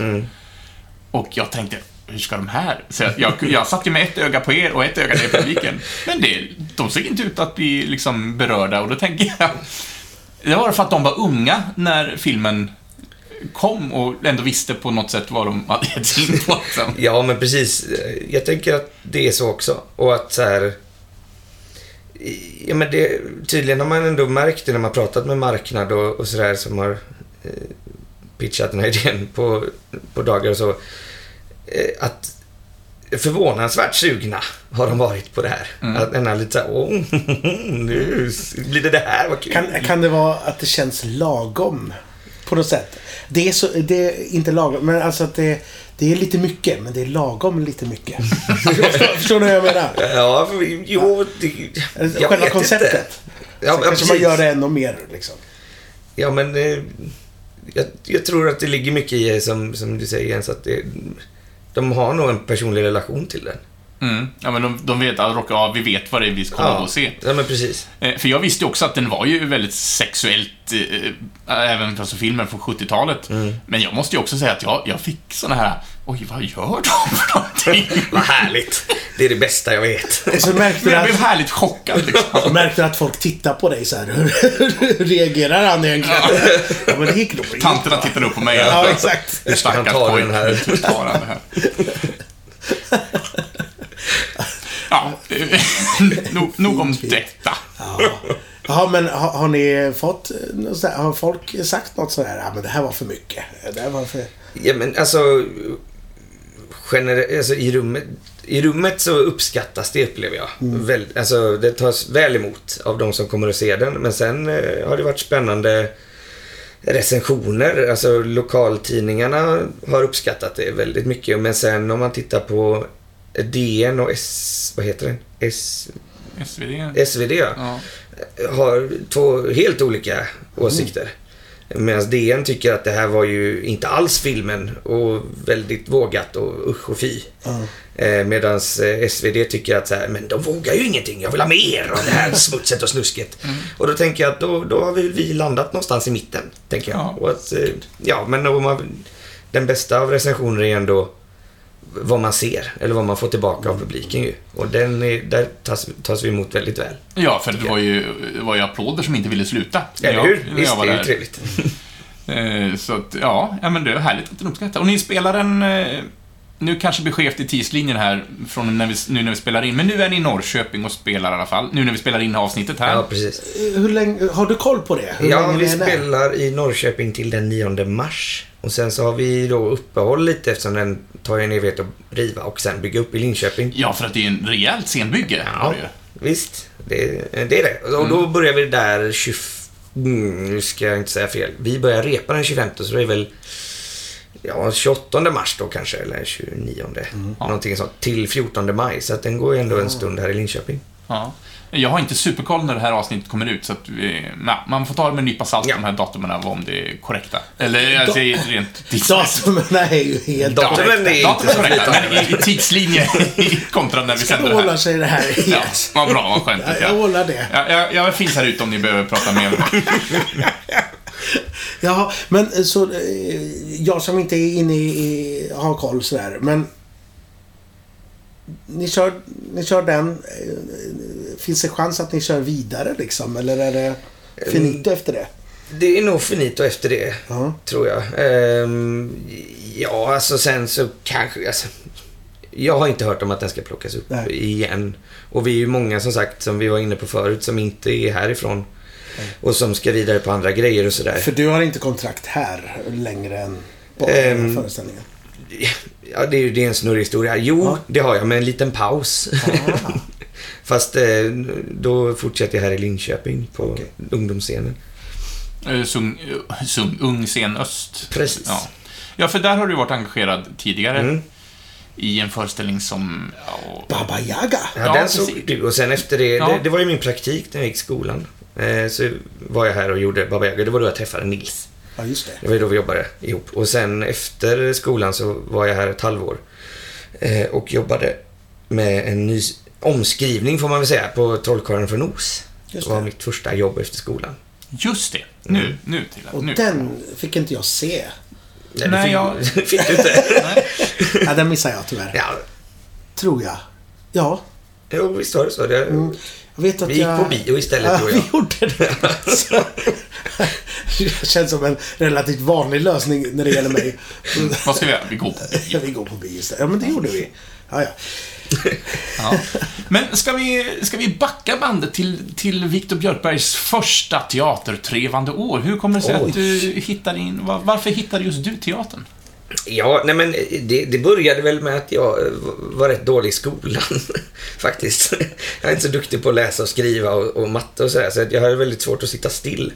Och jag tänkte, hur ska de här... Så jag, jag, jag satt ju med ett öga på er och ett öga ner i publiken. Men det, de såg inte ut att bli liksom berörda och då tänker jag... Det var för att de var unga när filmen kom och ändå visste på något sätt vad de hade gett sig in på. Liksom.
Ja, men precis. Jag tänker att det är så också. Och att så här... Ja, men det, tydligen har man ändå märkt det när man pratat med marknad och, och sådär som har eh, pitchat den här idén på, på dagar och så. Eh, att förvånansvärt sugna har de varit på det här.
Mm.
Att den här lite såhär, åh, nu blir det det här, vad kul.
Kan, kan det vara att det känns lagom? På något sätt. Det är, så, det är inte lagom, men alltså att det, det är lite mycket, men det är lagom lite mycket. förstår, förstår ni vad jag menar?
Ja, för- jo, det, jag
Själva
vet Inte.
konceptet.
Ja,
så
men
kanske man
precis.
gör det ännu mer liksom.
Ja, men eh, jag, jag tror att det ligger mycket i det som, som du säger Jens, att det, de har nog en personlig relation till den.
Mm. Ja, men de, de vet att ja, vi vet vad det är vi kommer att gå och se.
ja men precis.
Eh, För jag visste ju också att den var ju väldigt sexuellt, eh, eh, även alltså filmen från 70-talet.
Mm.
Men jag måste ju också säga att jag, jag fick såna här, oj, vad gör de för någonting?
Vad härligt. Det är det bästa jag vet.
Och så märkte
Men
du
jag blev
att,
härligt chockad liksom.
och märkte du att folk tittar på dig så här. Hur reagerar han egentligen? Ja, men det gick nog bra.
Tanterna tittade upp på mig.
Ja, exakt.
Det
ska han
stackars
ta den
pojken.
här?
Hur tar han det här? Ja, eh, nog, nog om detta.
Ja, men har, har ni fått eh, något sådär, Har folk sagt något sådär? Ja, men det här var för mycket. Det här var för...
Ja, men alltså, genere- alltså i, rummet, I rummet så uppskattas det, upplever jag. Väl, alltså, det tas väl emot av de som kommer att se den. Men sen eh, har det varit spännande recensioner. Alltså lokaltidningarna har uppskattat det väldigt mycket. Men sen om man tittar på DN och S... Vad heter den? S,
SvD.
SvD, ja
Ja.
har två helt olika åsikter. Medan DN tycker att det här var ju inte alls filmen och väldigt vågat och usch och fy. Mm. Medan SvD tycker att så här, men de vågar ju ingenting, jag vill ha mer av det här smutset och snusket. Och då tänker jag att då, då har vi, vi landat någonstans i mitten, tänker jag.
Ja.
Och att, eh, ja, men om man, den bästa av recensioner är ändå vad man ser eller vad man får tillbaka av publiken ju. Och den är, där tas, tas vi emot väldigt väl.
Ja, för det var ju, det var ju applåder som inte ville sluta. när
Eller
jag-
hur?
när
Visst,
jag var
det är ju
där.
trevligt.
Eh, Så att, ja, ja, men det är härligt att den uppskattar. Och ni spelar en... eh, Nu kanske det blir skevt i tidslinjen här, från när vi, nu när vi spelar in, men nu är ni i Norrköping och spelar i alla fall. Nu när vi spelar in avsnittet här.
Ja, precis.
Hur länge, har du koll på det? Hur
Ja,
länge
vi
det är där?
spelar i Norrköping till den 9 mars. Och sen så har vi då uppehåll lite eftersom den tar ju en evighet att riva och sen bygga upp i Linköping.
Ja, för att det är en rejält scenbygge. var det ju.
visst. Det, det är det. Och då börjar vi där 20... Mm, nu ska jag inte säga fel. Vi börjar repa den 25 så det är väl ja, 28 mars då kanske, eller 29.
Mm.
Någonting sånt. Till 14 maj. Så att den går ju ändå en stund här i Linköping.
Ja. Jag har inte superkoll när det här avsnittet kommer ut, så att vi, nej, man får ta det med en nypa salt, de här datumen, av om det är korrekta. Eller, alltså, i rent tidsmässigt.
Datumen är ju helt...
Datumen är inte
Datumen är
så
korrekta,
flytande.
men i, i tidslinje kontra när vi
Jag
sänder det
håller
här.
sig i det här
Ja,
helt.
vad bra, vad skönt.
Jag håller det.
Ja, jag, jag finns här ute om ni behöver prata mer.
Jaha, men eh, så... eh, Jag som inte är inne i... i- har koll sådär, men... Ni kör, ni kör den. eh, Finns det chans att ni kör vidare liksom? Eller är det finito efter det?
Det är nog finito efter det,
Ja.
tror jag. Ehm, ja, alltså sen så kanske... Alltså, jag har inte hört om att den ska plockas upp
Nej.
igen. Och vi är ju många, som sagt, som vi var inne på förut, som inte är härifrån. Och som ska vidare på andra grejer och sådär.
För du har inte kontrakt här längre än på
Ehm,
föreställningen?
Ja, det är ju det är en snurrig historia. Jo,
Ja.
det har jag, men en liten paus.
Ah.
Fast eh, då fortsätter jag här i Linköping på
Okej.
ungdomsscenen.
Eh, Sung, eh, sung, ung scen öst.
Precis.
Ja. ja, för där har du varit engagerad tidigare.
Mm.
I en föreställning som... Ja,
Baba Yaga?
Ja,
Ja,
den
precis.
såg du. Och sen efter det,
Ja.
det, det var ju min praktik när jag gick i skolan. Eh, så var jag här och gjorde Baba Yaga. Det var då jag träffade Nils.
Ja, just det.
Det var ju då vi jobbade ihop. Och sen efter skolan så var jag här ett halvår. Eh, och jobbade med en ny s- omskrivning, får man väl säga, på Trollkarlen från Oz.
Just
det var
det.
mitt första jobb efter skolan.
just det. Nu, nu till
Och
nu.
den fick inte jag se.
Nej,
Nej,
det fick, fick du inte.
Nej.
Ja, den missade jag tyvärr.
ja,
Tror jag. Ja.
jo, visst var det så. Det,
Jag vet Mm, att
Vi gick
jag...
på bio istället,
ja,
du och
vi
jag.
gjorde det. Alltså. Det känns som en relativt vanlig lösning när det gäller mig.
Mm.
Vad ska vi göra? Vi går på
Ja,
bio.
vi går på bio istället. Ja, men det gjorde vi. Ja, ja.
Ja. Men ska vi, ska vi backa bandet till, till Viktor Björkbergs första teatertrevande år? Hur kommer det sig
Oj.
att du hittar in... var- Varför hittade just du teatern?
Ja, nej men det, det började väl med att jag eh, var rätt dålig i skolan faktiskt. Jag är inte så duktig på att läsa och skriva och, och matte och sådär, så att jag hade väldigt svårt att sitta still.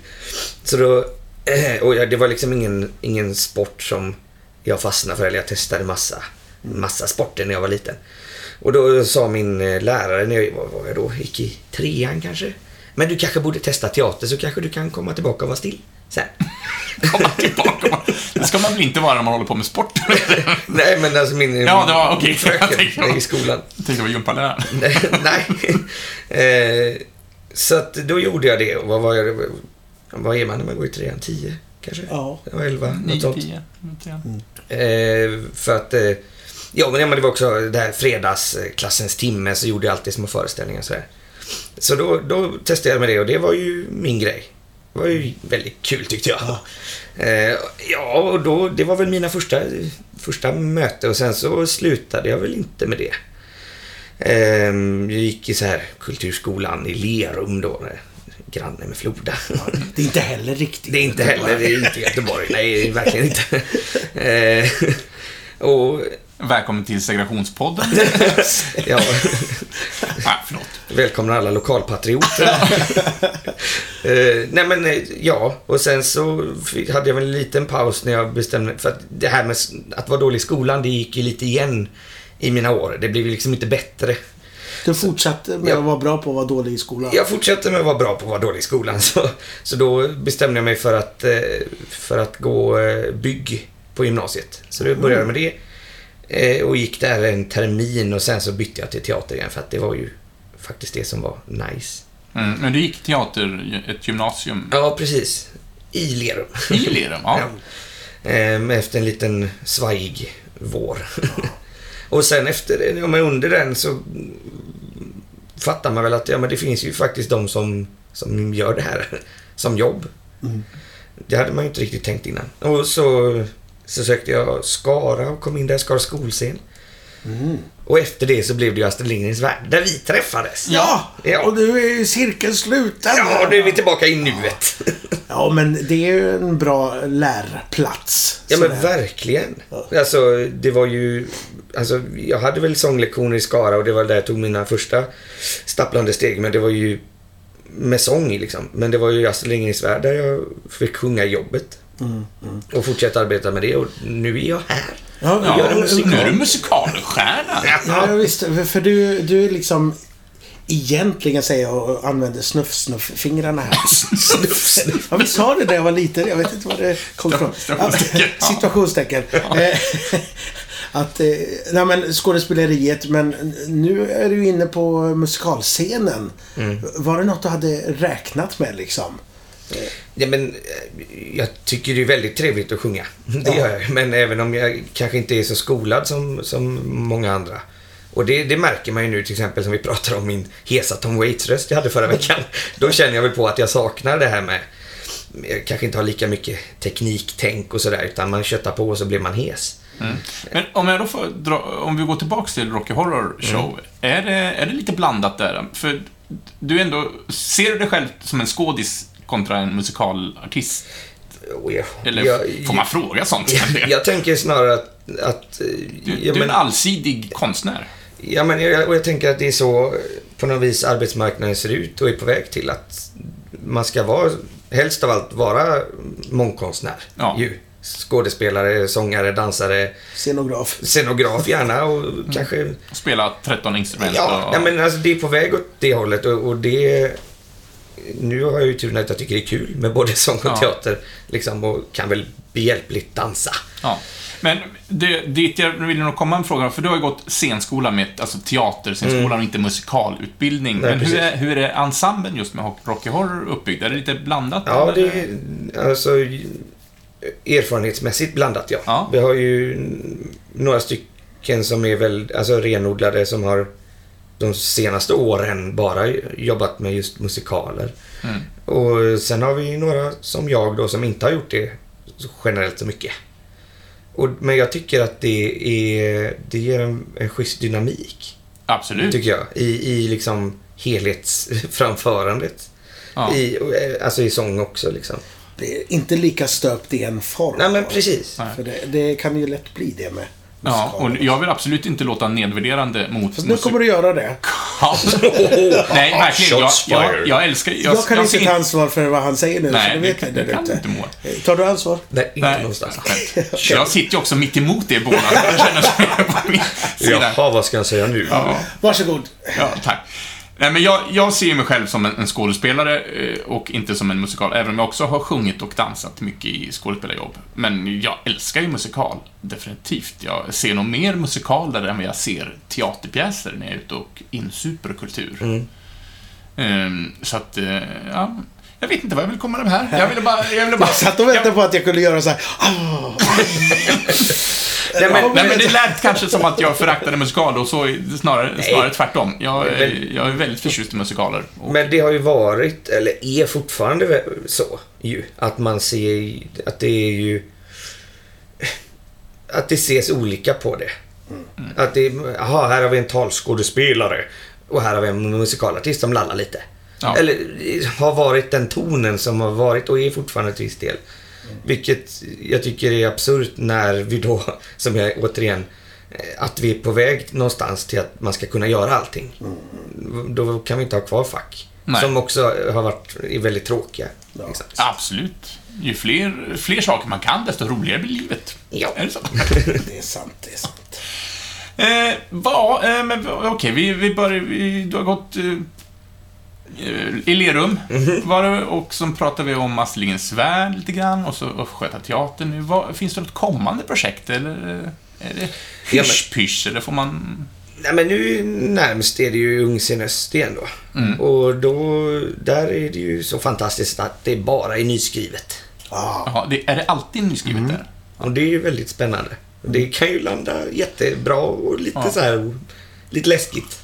Så då, eh, och jag, det var liksom ingen, ingen sport som jag fastnade för, eller jag testade massa, massa sporter när jag var liten. Och då sa min eh, lärare, när jag, vad var jag då, gick i trean kanske? Men du kanske borde testa teater så kanske du kan komma tillbaka och vara still sen.
Komma tillbaka. Det ska man väl inte vara när man håller på med sport?
Nej, men alltså min
Ja, det var- okej. Jag tänkte-
fröken i skolan.
Jag tänkte vara gympalärare.
Nej. Eh, så att då gjorde jag det. Och Vad var jag? Vad är man när man går i trean? Tio, kanske?
Ja.
Det var elva, något
9,
sånt.
10,
Eh, för att... Eh, ja, men ja, men det var också det här fredagsklassens timme, så gjorde jag alltid små föreställningar och sådär. Så då, då testade jag med det och det var ju min grej. Det var ju väldigt kul tyckte jag. Eh, ja, och då, det var väl mina första, första möte och sen så slutade jag väl inte med det. Ehm, jag gick i så här kulturskolan i Lerum då, när- granne med Floda.
Det är inte heller riktigt.
Det är inte heller, det är inte Göteborg. Nej, det är verkligen inte. Eh, och,
Välkommen till segregationspodden.
ja,
Nej, förlåt.
välkomna alla lokalpatrioter. eh, nej men, eh, ja. Och sen så fick- hade jag väl en liten paus när jag bestämde För att det här med s- att vara dålig i skolan, det gick ju lite igen i mina år. Det blev ju liksom inte bättre.
Du fortsatte med
Ja.
att vara bra på att vara dålig i skolan.
Jag fortsatte med att vara bra på att vara dålig i skolan. Så, så då bestämde jag mig för att, eh, för att gå eh, bygg på gymnasiet. Så då började jag med det. eh, Och gick där en termin och sen så bytte jag till teater igen för att det var ju faktiskt det som var nice.
Mm, men du gick teater, ett gymnasium,
Ja, precis. I Lerum.
i Lerum. Ja.
Ehm, Efter en liten svajig vår. och sen efter, ja, men under den så mm, fattar man väl att ja, men det finns ju faktiskt de som, som gör det här som jobb. Det hade man ju inte riktigt tänkt innan. Och så, så sökte jag Skara och kom in där, Skara skolscen. Och efter det så blev det ju Astrid Lindgrens Värld, där vi träffades.
Ja,
Ja.
och nu är cirkeln sluten.
Ja, nu är vi tillbaka i nuet.
Ja, men det är ju en bra lärplats.
Ja men
Sådär.
verkligen. Alltså det var ju... Alltså jag hade väl sånglektioner i Skara och det var där jag tog mina första stapplande steg. Men det var ju med sång liksom. Men det var ju Astrid Lindgrens Värld där jag fick sjunga i jobbet.
Mm,
Och fortsätta arbeta med det och nu är jag här.
Ja,
Ja,
ja,
nu är du musikalstjärna.
Ja, visst. För du, du är liksom... Egentligen säger jag och använder snuff-snuff-fingrarna här. Ja, vi sa det när jag var liten. Jag vet inte var det kom ifrån.
Situationstecken.
Ja, Situationstecken. Eh, Att, eh, nej men skådespeleriet, men nu är du inne på musikalscenen.
Mm.
Var det något du hade räknat med liksom?
Ja, men, eh, jag tycker det är väldigt trevligt att sjunga. Det gör jag. Men även om jag kanske inte är så skolad som, som många andra. Och det, det märker man ju nu till exempel som vi pratade om min hesa Tom Waits-röst jag hade förra veckan. Då känner jag väl på att jag saknar det här med... Jag kanske inte har lika mycket tekniktänk och sådär utan man köttar på och så blir man hes.
Mm. Men om, jag då får dra, om vi går tillbaks till Rocky Horror Show.
Mm.
Är, det, är det lite blandat där? För du ändå, ser du dig själv som en skådis kontra en musikalartist?
Och jag,
Eller får man fråga sånt?
jag, jag tänker snarare att... att eh,
du,
jag
du är en
men-
allsidig konstnär.
Ja, men jag, och jag tänker att det är så eh, på något vis arbetsmarknaden ser ut och är på väg till att man ska vara, helst av allt vara mångkonstnär.
Ja.
Ju. Skådespelare, sångare, dansare,
Scenograf.
scenograf gärna och
Mm.
kanske...
Och spela 13 instrument.
Ja,
och,
nej, men alltså det är på väg åt det hållet och, och det... Nu har jag ju turen att jag tycker det är kul med både sång och
Ja.
teater. Liksom, och kan väl behjälpligt dansa.
Ja. Men det, dit jag vill nog komma en fråga, för du har ju gått scenskola med, alltså teaterscenskolan och inte musikalutbildning. men hur
Mm. precis.
är, hur är det ensemblen just med Rocky Horror uppbyggd? Är det lite blandat?
Ja,
eller?
det är alltså erfarenhetsmässigt blandat, ja.
Ja.
Vi har ju n- några stycken som är väl alltså renodlade som har de senaste åren bara jobbat med just musikaler.
Mm.
Och sen har vi några som jag då som inte har gjort det så generellt så mycket. Och, men jag tycker att det, är, det ger en, en schysst dynamik,
Absolut.
tycker jag, i, i liksom helhetsframförandet.
Ja.
I, och, eh, alltså i sång också liksom.
blir inte lika stöpt i en form.
Nej, men precis.
För det, det kan ju lätt bli det med
Ja, och
musikaler.
jag vill absolut inte låta nedvärderande mot
Nu kommer du göra det.
musikal. Nej, verkligen. Jag,
Shots
jag,
fired.
jag älskar... Jag,
Jag kan
jag ser
inte ta ansvar för vad han säger nu,
Nej,
så det
det
vet
kan-
ni där
det kan
ute.
inte Moa.
Tar du ansvar?
Nej, inte
Nej,
någonstans.
skämt. jag sitter ju också mitt emot er båda. Jag känner så på min sida.
Jaha, vad ska jag säga nu?
Ja.
Varsågod.
Ja, tack. Nej, men jag, jag ser mig själv som en, en skådespelare eh, och inte som en musikal, även om jag också har sjungit och dansat mycket i skådespelarjobb. Men jag älskar ju musikal, definitivt. Jag ser nog mer musikaler än vad jag ser teaterpjäser när jag är ute och insuper kultur.
Mm.
Ehm, så att, eh, ja, jag vet inte vad jag vill komma med det här. Jag ville bara... Jag ville bara
Satt och väntade på att jag kunde göra så här. "Ah."
Nej, men,
Nej, men det lät kanske som att jag föraktade musikaler och så är det snarare, snarare tvärtom. Jag, är- jag är väldigt förtjust i musikaler. Och,
Men det har ju varit, eller är fortfarande vä- så ju, att man ser, att det är ju, att det ses olika på det.
Mm.
Att det, jaha, här har vi en talskådespelare och här har vi en musikalartist som lallar lite.
Ja.
Eller eh, har varit den tonen som har varit och är fortfarande till viss del. Vilket jag tycker är absurt när vi då, som jag återigen, eh, att vi är på väg någonstans till att man ska kunna göra allting. Då kan vi inte ha kvar fack.
Nej.
Som också har varit är väldigt tråkiga. liksom.
Absolut. Ju fler, fler saker man kan, desto roligare blir livet.
Ja.
Är det så?
Det är sant, det är sant.
eh, va, eh, men va- okej, vi, vi börjar... Vi, du har gått eh, eh, i Lerum,
Mhm.
var det, och så pratade vi om Astlingens svärd lite grann, och så Östgötateatern. nu. Vad- Finns det något kommande projekt, eller eh, är det
men-
hysch-pysch, eller får man...
Nej, men nu närmst är det ju Ungsken Öst igen då. Och då, där är det ju så fantastiskt att det bara är nyskrivet.
Ja,
Jaha, det, är det alltid nyskrivet
Mhm.
där?
Och det är ju väldigt spännande. Det kan ju landa jättebra och lite
Ja.
så här, lite läskigt.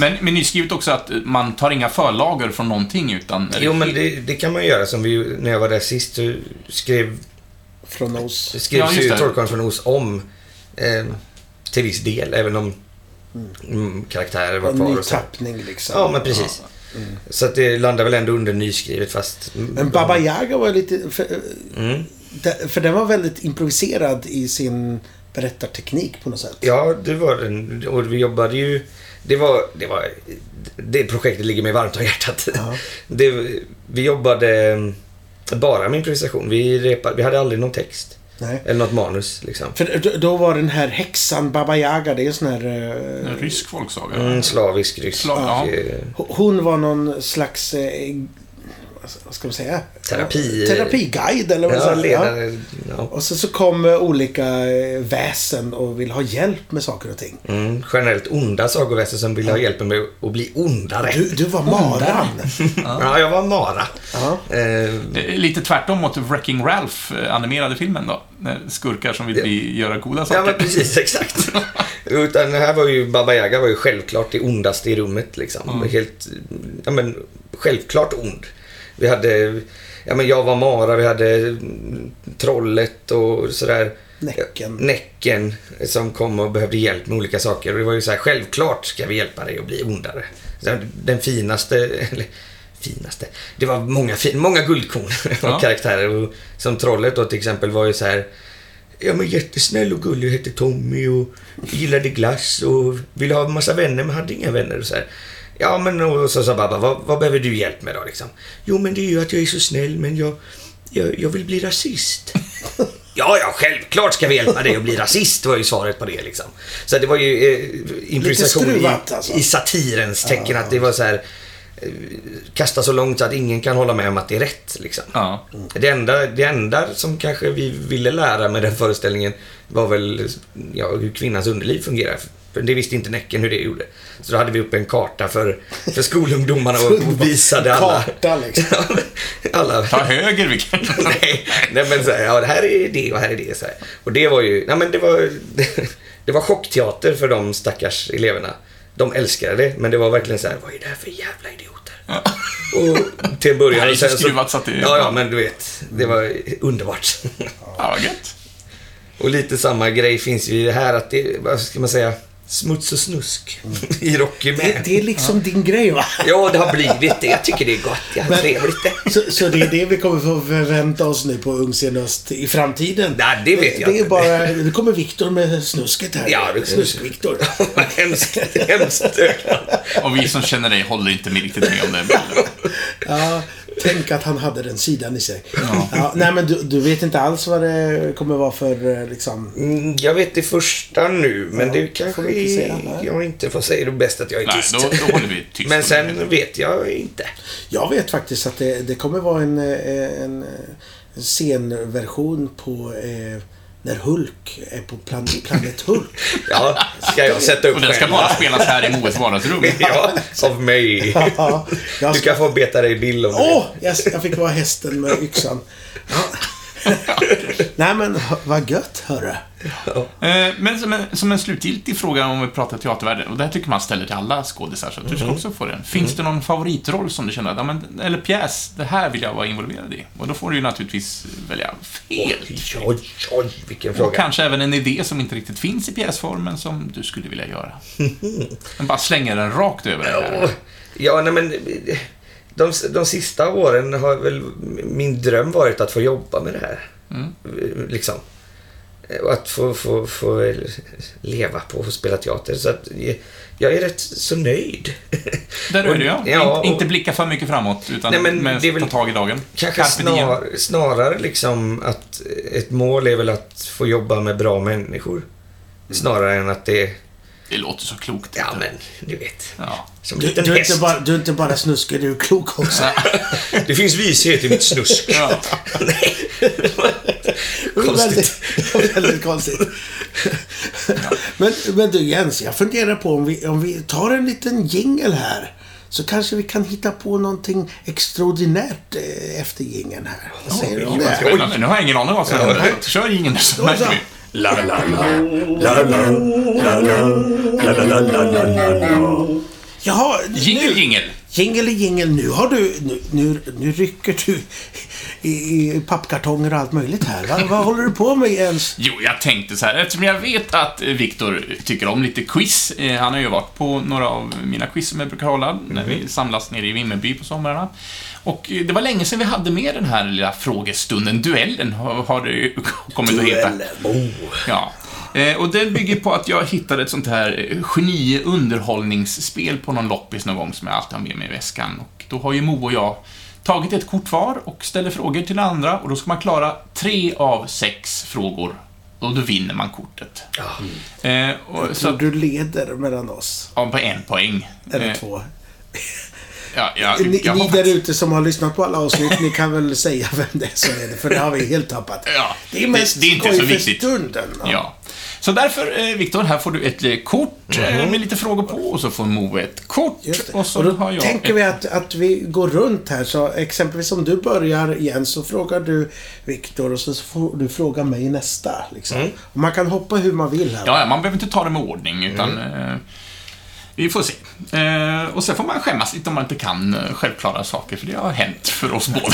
Men, men nyskrivet också att man tar inga förlager från någonting, utan...
Jo, men det, det kan man göra som vi, när jag var där sist, så skrev,
från oss.
skrev
Ja, just
ju
det.
Trollkarlen från Oz om eh, till viss del, även om mm, karaktärer var
En
kvar
ny
och så.
tappning liksom.
Ja, men precis. Så att det landar väl ändå under nyskrivet fast...
Men Baba Yaga var lite... För,
Mm.
de- för den var väldigt improviserad i sin berättarteknik på något sätt.
Ja, det var den. Och vi jobbade ju... Det var... Det, var, det projektet ligger mig varmt om hjärtat.
Ja.
Det, vi jobbade eh, bara med improvisation. Vi, repade, vi hade aldrig någon text.
Nej.
Eller något manus liksom.
För då- då var den här häxan Baba Yaga, det är en sån här... eh,
En rysk folksaga?
Mm, slavisk, rysk.
Slav- ja.
eh,
Hon var någon slags... Eh, vad ska man säga?
Terapi-
Terapiguide eller vad man
Ja,
säger. Ja.
ledare. Ja.
Och så, så kom eh, olika eh, väsen och vill ha hjälp med saker och ting.
Mm, generellt onda sagoväsen som ville ha hjälp med att bli ondare.
Du, du var maran.
Ja, jag var Mara.
Ja.
Eh,
Eh, Lite tvärtom mot Wrecking Ralph, eh, animerade filmen då. När Skurkar som vill bli, göra goda
Ja, men
saker.
precis. Exakt. Utan det här var ju, Baba Yaga var ju självklart det ondaste i rummet. Liksom. Helt, ja, men, självklart ond. Vi hade, ja, men jag var Mara, vi hade mm, trollet och sådär.
Näcken.
Näcken som kom och behövde hjälp med olika saker. Och det var ju så här, självklart ska vi hjälpa dig att bli ondare. Så Den finaste, eller finaste, det var många, fin- många guldkorn av
Ja.
karaktärer. Och, som trollet då till exempel var ju så här, Ja men jättesnäll och gullig, hette Tommy och gillade glass och ville ha en massa vänner men hade inga vänner och så här. Ja men och så sa Babba, vad, vad behöver du hjälp med då liksom? Jo men det är ju att jag är så snäll men jag, jag, jag vill bli rasist. ja ja, självklart ska vi hjälpa dig att bli rasist var ju svaret på det liksom. Så det var ju eh, improvisation
skruvat,
i,
alltså.
i satirens tecken att det var så här eh, kasta så långt så att ingen kan hålla med om att det är rätt liksom.
Ja.
Det enda, det enda som kanske vi ville lära med den föreställningen var väl ja, hur kvinnans underliv fungerar. För det visste inte Näcken hur det gjorde. Så då hade vi upp en karta för, för skolungdomarna och, och visade alla...
Karta, liksom.
alla
Ta höger, vilken...
nej, nej, men så här, ja, det här är det och här är det. Så här. Och det var ju, nej men det var, det var chockteater för de stackars eleverna. De älskade det, men det var verkligen så här, vad är det här för jävla idioter? Och till en början...
Det här är
och sen
så skruvat så att det-
Ja, ja, men du vet. Det var underbart.
Ja, vad gött.
Och lite samma grej finns ju i det här att det, vad ska man säga, Smuts och snusk i Rocky
Det,
Man.
det är liksom din grej va?
Ja, det har blivit det. Jag tycker det är gott. Jag har trevligt det.
Så, så det är det vi kommer få förvänta oss nu på Ung Sen Öst i framtiden?
Nej, det vet jag
det är
inte.
bara, Nu kommer Viktor med snusket här.
Ja, det-
Snusk-Viktor.
Vad hemskt, hemskt.
Och vi som känner dig håller inte med- riktigt med om det.
Ja, tänk att han hade den sidan i sig. Ja. nej, men du, du vet inte alls vad det kommer vara för eh, liksom...
Mm, Jag vet det första nu, men det kanske
får vi inte säga, nej.
jag inte får säga. Det är bäst att jag är
Nej,
tyst.
då, då håller vi tyst.
Men
om det.
sen vet jag inte.
Jag vet faktiskt att det, det kommer vara en, eh, en eh, scenversion på eh, när Hulk är på plan, planet Hulk.
Ja, ska jag sätta upp
Och den ska
själv?
bara spelas här i Moes vardagsrum.
Ja, av mig.
Ja, jag
Du
ska-
kan få beta dig i bild om du
Åh!
vill.
jag, jag fick vara hästen med yxan. Ja. Nej men hö- vad gött hörru.
Eh, Men som en, som en slutgiltig fråga om vi pratar teatervärlden, och det här tycker man ställer till alla skådisar, så du
Mhm.
ska också få den. Finns det någon favoritroll som du känner, att, ja, men, eller pjäs, det här vill jag vara involverad i? Och då får du ju naturligtvis välja helt.
Oj, oj, oj, vilken
Och
fråga.
kanske även en idé som inte riktigt finns i pjäsformen som du skulle vilja göra. Men bara slänger den rakt över dig
Ja,
här.
Ja, nej men... eh, De, de sista åren har väl min dröm varit att få jobba med det här.
Mm.
Liksom. Och att få, få, få leva på och spela teater. Så att jag är rätt så nöjd.
Där
Och-
är det ja.
ja, och-
In, inte blicka för mycket framåt, utan
Nej, men
men
det är väl-
ta tag i dagen.
Kanske
Carpe diem.
snar, snarare liksom att ett mål är väl att få jobba med bra människor.
Mm.
Snarare än att det är,
Det låter så klokt.
ja men, du vet.
Ja.
Som en
Du,
liten
du, är inte
häst.
bara, du är inte bara snuskig, du är klok också.
Det finns vishet i mitt snusk.
Ja.
Nej.
Det är
Konstigt.
Väldigt, väldigt konstigt. Men, men du Jens, jag funderar på om vi, om vi tar en liten jingle här. Så kanske vi kan hitta på någonting extraordinärt eh, efter jingeln här. Vad säger du om det?
Spännande. Nu har jag ingen aning om vad som händer. Kör ingen så märker vi.
La la la la la la la la la la la la la.
Jaha,
Jingel, jingel.
Jingel i jingel, nu har du... Nu, nu, nu rycker du i, i pappkartonger och allt möjligt här. Va? Vad håller du på med ens?
Jo, jag tänkte så här, eftersom jag vet att eh, Viktor tycker om lite quiz. eh, Han har ju varit på några av mina quiz som jag brukar hålla när vi samlas nere i Vimmerby på somrarna. Och eh, det var länge sedan vi hade med den här lilla frågestunden, duellen, har har det ju kommit att heta. Ja. Eh, Och den bygger på att jag hittade ett sånt här eh, geni-underhållningsspel på någon loppis någon gång som jag alltid har med mig i väskan. Och då har ju Mo och jag tagit ett kort var och ställer frågor till andra och då ska man klara tre av sex frågor och då vinner man kortet. Eh, och, så
Så
att,
du leder mellan oss.
ja, på en poäng.
Eller
Eh,
två.
ja, ja,
Ni,
jag har
ni
faktiskt-
där ute som har lyssnat på alla avsnitt, ni kan väl säga vem det är som leder, för det har vi helt tappat.
Ja,
det är
det-
mest
det är inte
skoj
så
för
viktigt.
stunden. va?
Ja. Så därför, eh, Viktor, här får du ett eh, kort eh, med lite frågor på och så får Mo ett kort.
Mhm. Just det.
Och så
då
har jag
tänker
ett-
vi att, att vi går runt här. Så exempelvis om du börjar igen så frågar du Viktor och så får du fråga mig nästa. Liksom. Och man kan hoppa hur man vill här.
Mm. Ja, ja, man behöver inte ta det med ordning, utan eh, vi får se. Eh, och sen får man skämmas lite om man inte kan eh, självklara saker, för det har hänt för oss båda.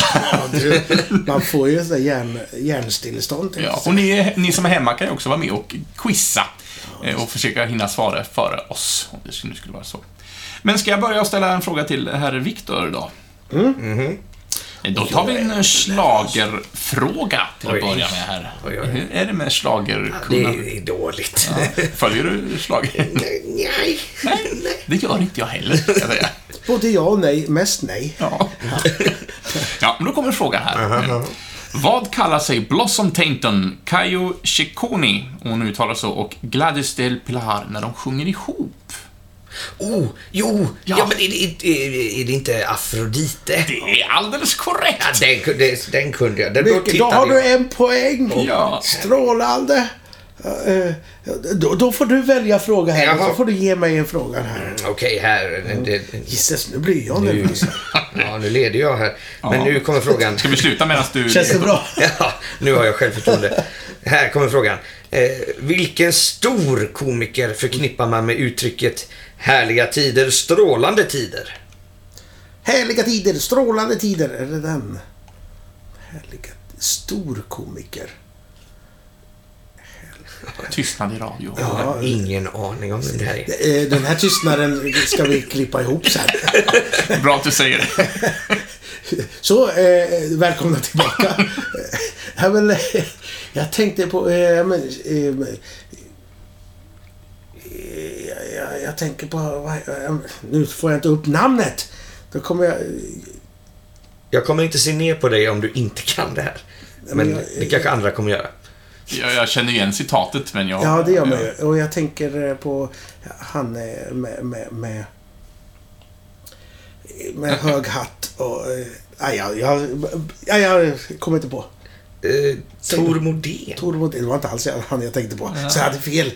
Du, man får ju sådär hjärn, hjärnstillestånd.
ja, och ni, ni som är hemma kan ju också vara med och quizza eh, och försöka hinna svara före oss, om det nu skulle vara så. Men ska jag börja och ställa en fråga till herr Viktor då?
Mhm.
Eh, Då tar vi en schlagerfråga till att
Oj.
börja med här.
Oj, oj.
Hur är det med
Det
schlagerkunnande?
är dåligt.
Följer du schlager?
Nej.
Nej, det gör inte jag heller, ska jag säga.
Både ja och nej, mest nej.
Ja. ja, men då kommer frågan här. Vad kallar sig Blossom Tainton, Kayo Ciccone, om hon uttalar så, och Gladys del Pilar när de sjunger ihop?
Oh, jo, ja,
Ja.
men är det, är, är det inte Afrodite?
Det är alldeles
Ja,
korrekt!
den, kunde- den kunde jag. Den, då
Mycket, då
tittade
har
jag.
du en poäng.
Ja.
Strålande. Eh, Då, då får du välja fråga här.
Jaha.
Så får du ge mig en fråga här.
Mm, Okej, här. Det, liksom-
Gisses, nu blir jag nervös.
ja, nu leder jag här. Men
Ja.
nu kommer frågan.
Ska vi sluta medan du...
Känns det bra?
Ja, nu har jag självförtroende. Här kommer frågan. Eh, vilken stor komiker förknippar man med uttrycket härliga tider, strålande tider?
Härliga tider, strålande tider. Är det den? Härliga... Stor komiker.
tystnad i radio.
Jag har ingen aning om vem det här är.
Eh, Den här tystnaden ska vi klippa ihop sen.
Bra att du säger det.
Så, eh, välkomna tillbaka. ja, men, eh, jag tänkte på... Eh, ja, men, eh, eh, jag- jag, jag tänker på... vad- eh, Nu får jag inte upp namnet. Då kommer jag...
Jag kommer inte se ner på dig om du inte kan det här. Men
jag-
det kanske andra kommer göra.
Jag, jag känner igen citatet, men jag...
eh, Ja, det gör man ju. Och jag tänker eh, på han eh, med... med, med med hög hatt och... eh, Nej, jag, jag, jag, jag kommer inte på.
Eh, Tor Modén.
Tormod, det var inte alls han jag tänkte på. Så jag hade fel.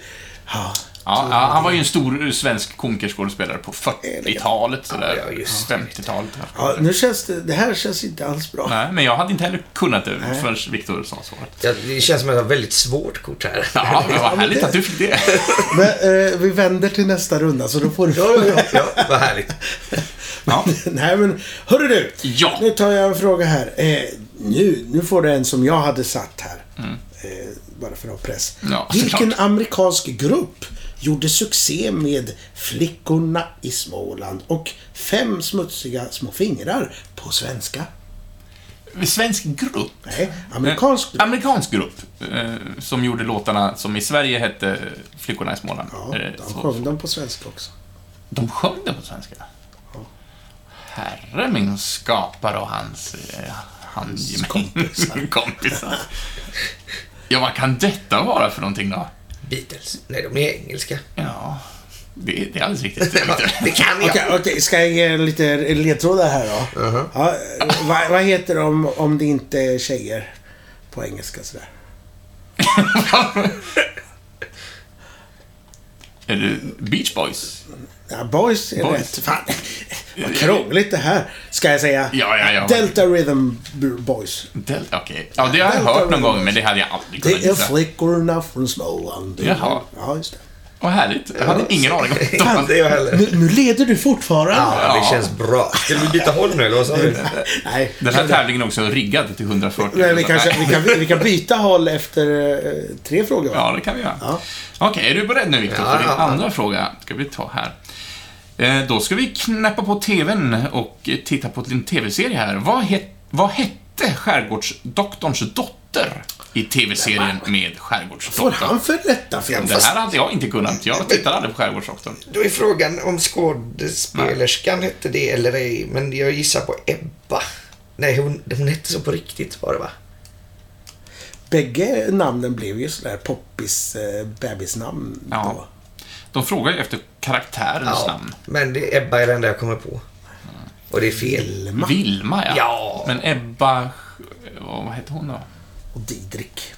Ja.
Ja, ja, han var ju en stor eh, svensk konkerskådespelare på 40-talet,
Ja,
sådär.
just det.
50-talet. kanske.
Ja, nu känns det... Det här känns inte alls bra.
Nej, men jag hade inte heller kunnat det förrän Viktor sa svaret.
Ja, det känns som att jag har ett väldigt svårt kort här.
Ja, men vad
men
härligt
det-
att du fick det.
Men eh, vi vänder till nästa runda, så då får du...
Ja, ja, ja, vad härligt.
Ja.
Nej, men hörru du.
Ja.
Nu tar jag en fråga här. Eh, nu, nu får du en som jag hade satt här. Eh, bara för att ha press.
Mm. Ja,
Vilken
såklart.
amerikansk grupp gjorde succé med Flickorna i Småland och Fem smutsiga små fingrar på svenska?
Svensk grupp.
Nej, amerikansk grupp.
Amerikansk grupp. Eh, som gjorde låtarna som i Sverige hette Flickorna i Småland.
Ja,
Eh,
de
så-
sjöng dem på svenska också.
De sjöng det på svenska? Herre min skapare och hans eh, handgemäng. Kompisar. Ja, vad kan detta vara för någonting då?
Beatles. Nej, de är engelska.
Ja, det, det är alldeles riktigt. Viktor.
Det kan jag.
Okej, okej, ska jag ge lite ledtrådar här då?
Uh-huh.
Ja, vad, vad heter de om det inte är tjejer? På engelska sådär.
är det Beach Boys?
Ja, boys är
Boys.
rätt. Fan, vad krångligt det här. Ska jag säga.
Ja, ja, ja.
Delta Rhythm B- Boys.
Del- Okej. Ja, det har jag
Delta
hört någon
Rhythm.
gång, men det hade jag aldrig
Det
kunnat
är
gissa.
flickorna från Småland.
Jaha.
Ja, just det.
Vad härligt. Jag hade ingen aning om
Fan, det är jag heller.
Nu, nu leder du fortfarande.
Ja, det
Ja.
känns bra. Ska vi byta håll nu eller vad sa du?
Nej.
Den här tävlingen är också riggad till 140.
Men vi,
Så-
kanske,
nej.
vi, kan, vi kan byta håll efter eh, tre frågor. va?
Ja, det kan vi göra.
Ja.
Okej, är du beredd nu Viktor?
Ja,
för din
ja, ja.
andra fråga ska vi ta här. Eh, Då ska vi knäppa på TVn och eh, titta på en TV-serie här. Vad, het, vad hette Skärgårdsdoktorns dotter i TV-serien med
Får
Skärgårdsdoktorn?
han för rätta för
Det här hade jag inte kunnat. Jag tittade aldrig på Skärgårdsdoktorn.
Då är frågan om skådespelerskan hette det eller ej, men jag gissar på Ebba. Nej, hon, hon hette så på riktigt var det va?
Bägge namnen blev ju sådär poppis eh, bebisnamn då.
Ja. De frågar ju efter karaktärens namn. Mm.
Men det, Ebba är det enda jag kommer på. Och det är fel.
Elma
Vilma, ja.
Ja.
Men Ebba... eh, Vad vad hette hon då?
och Didrik.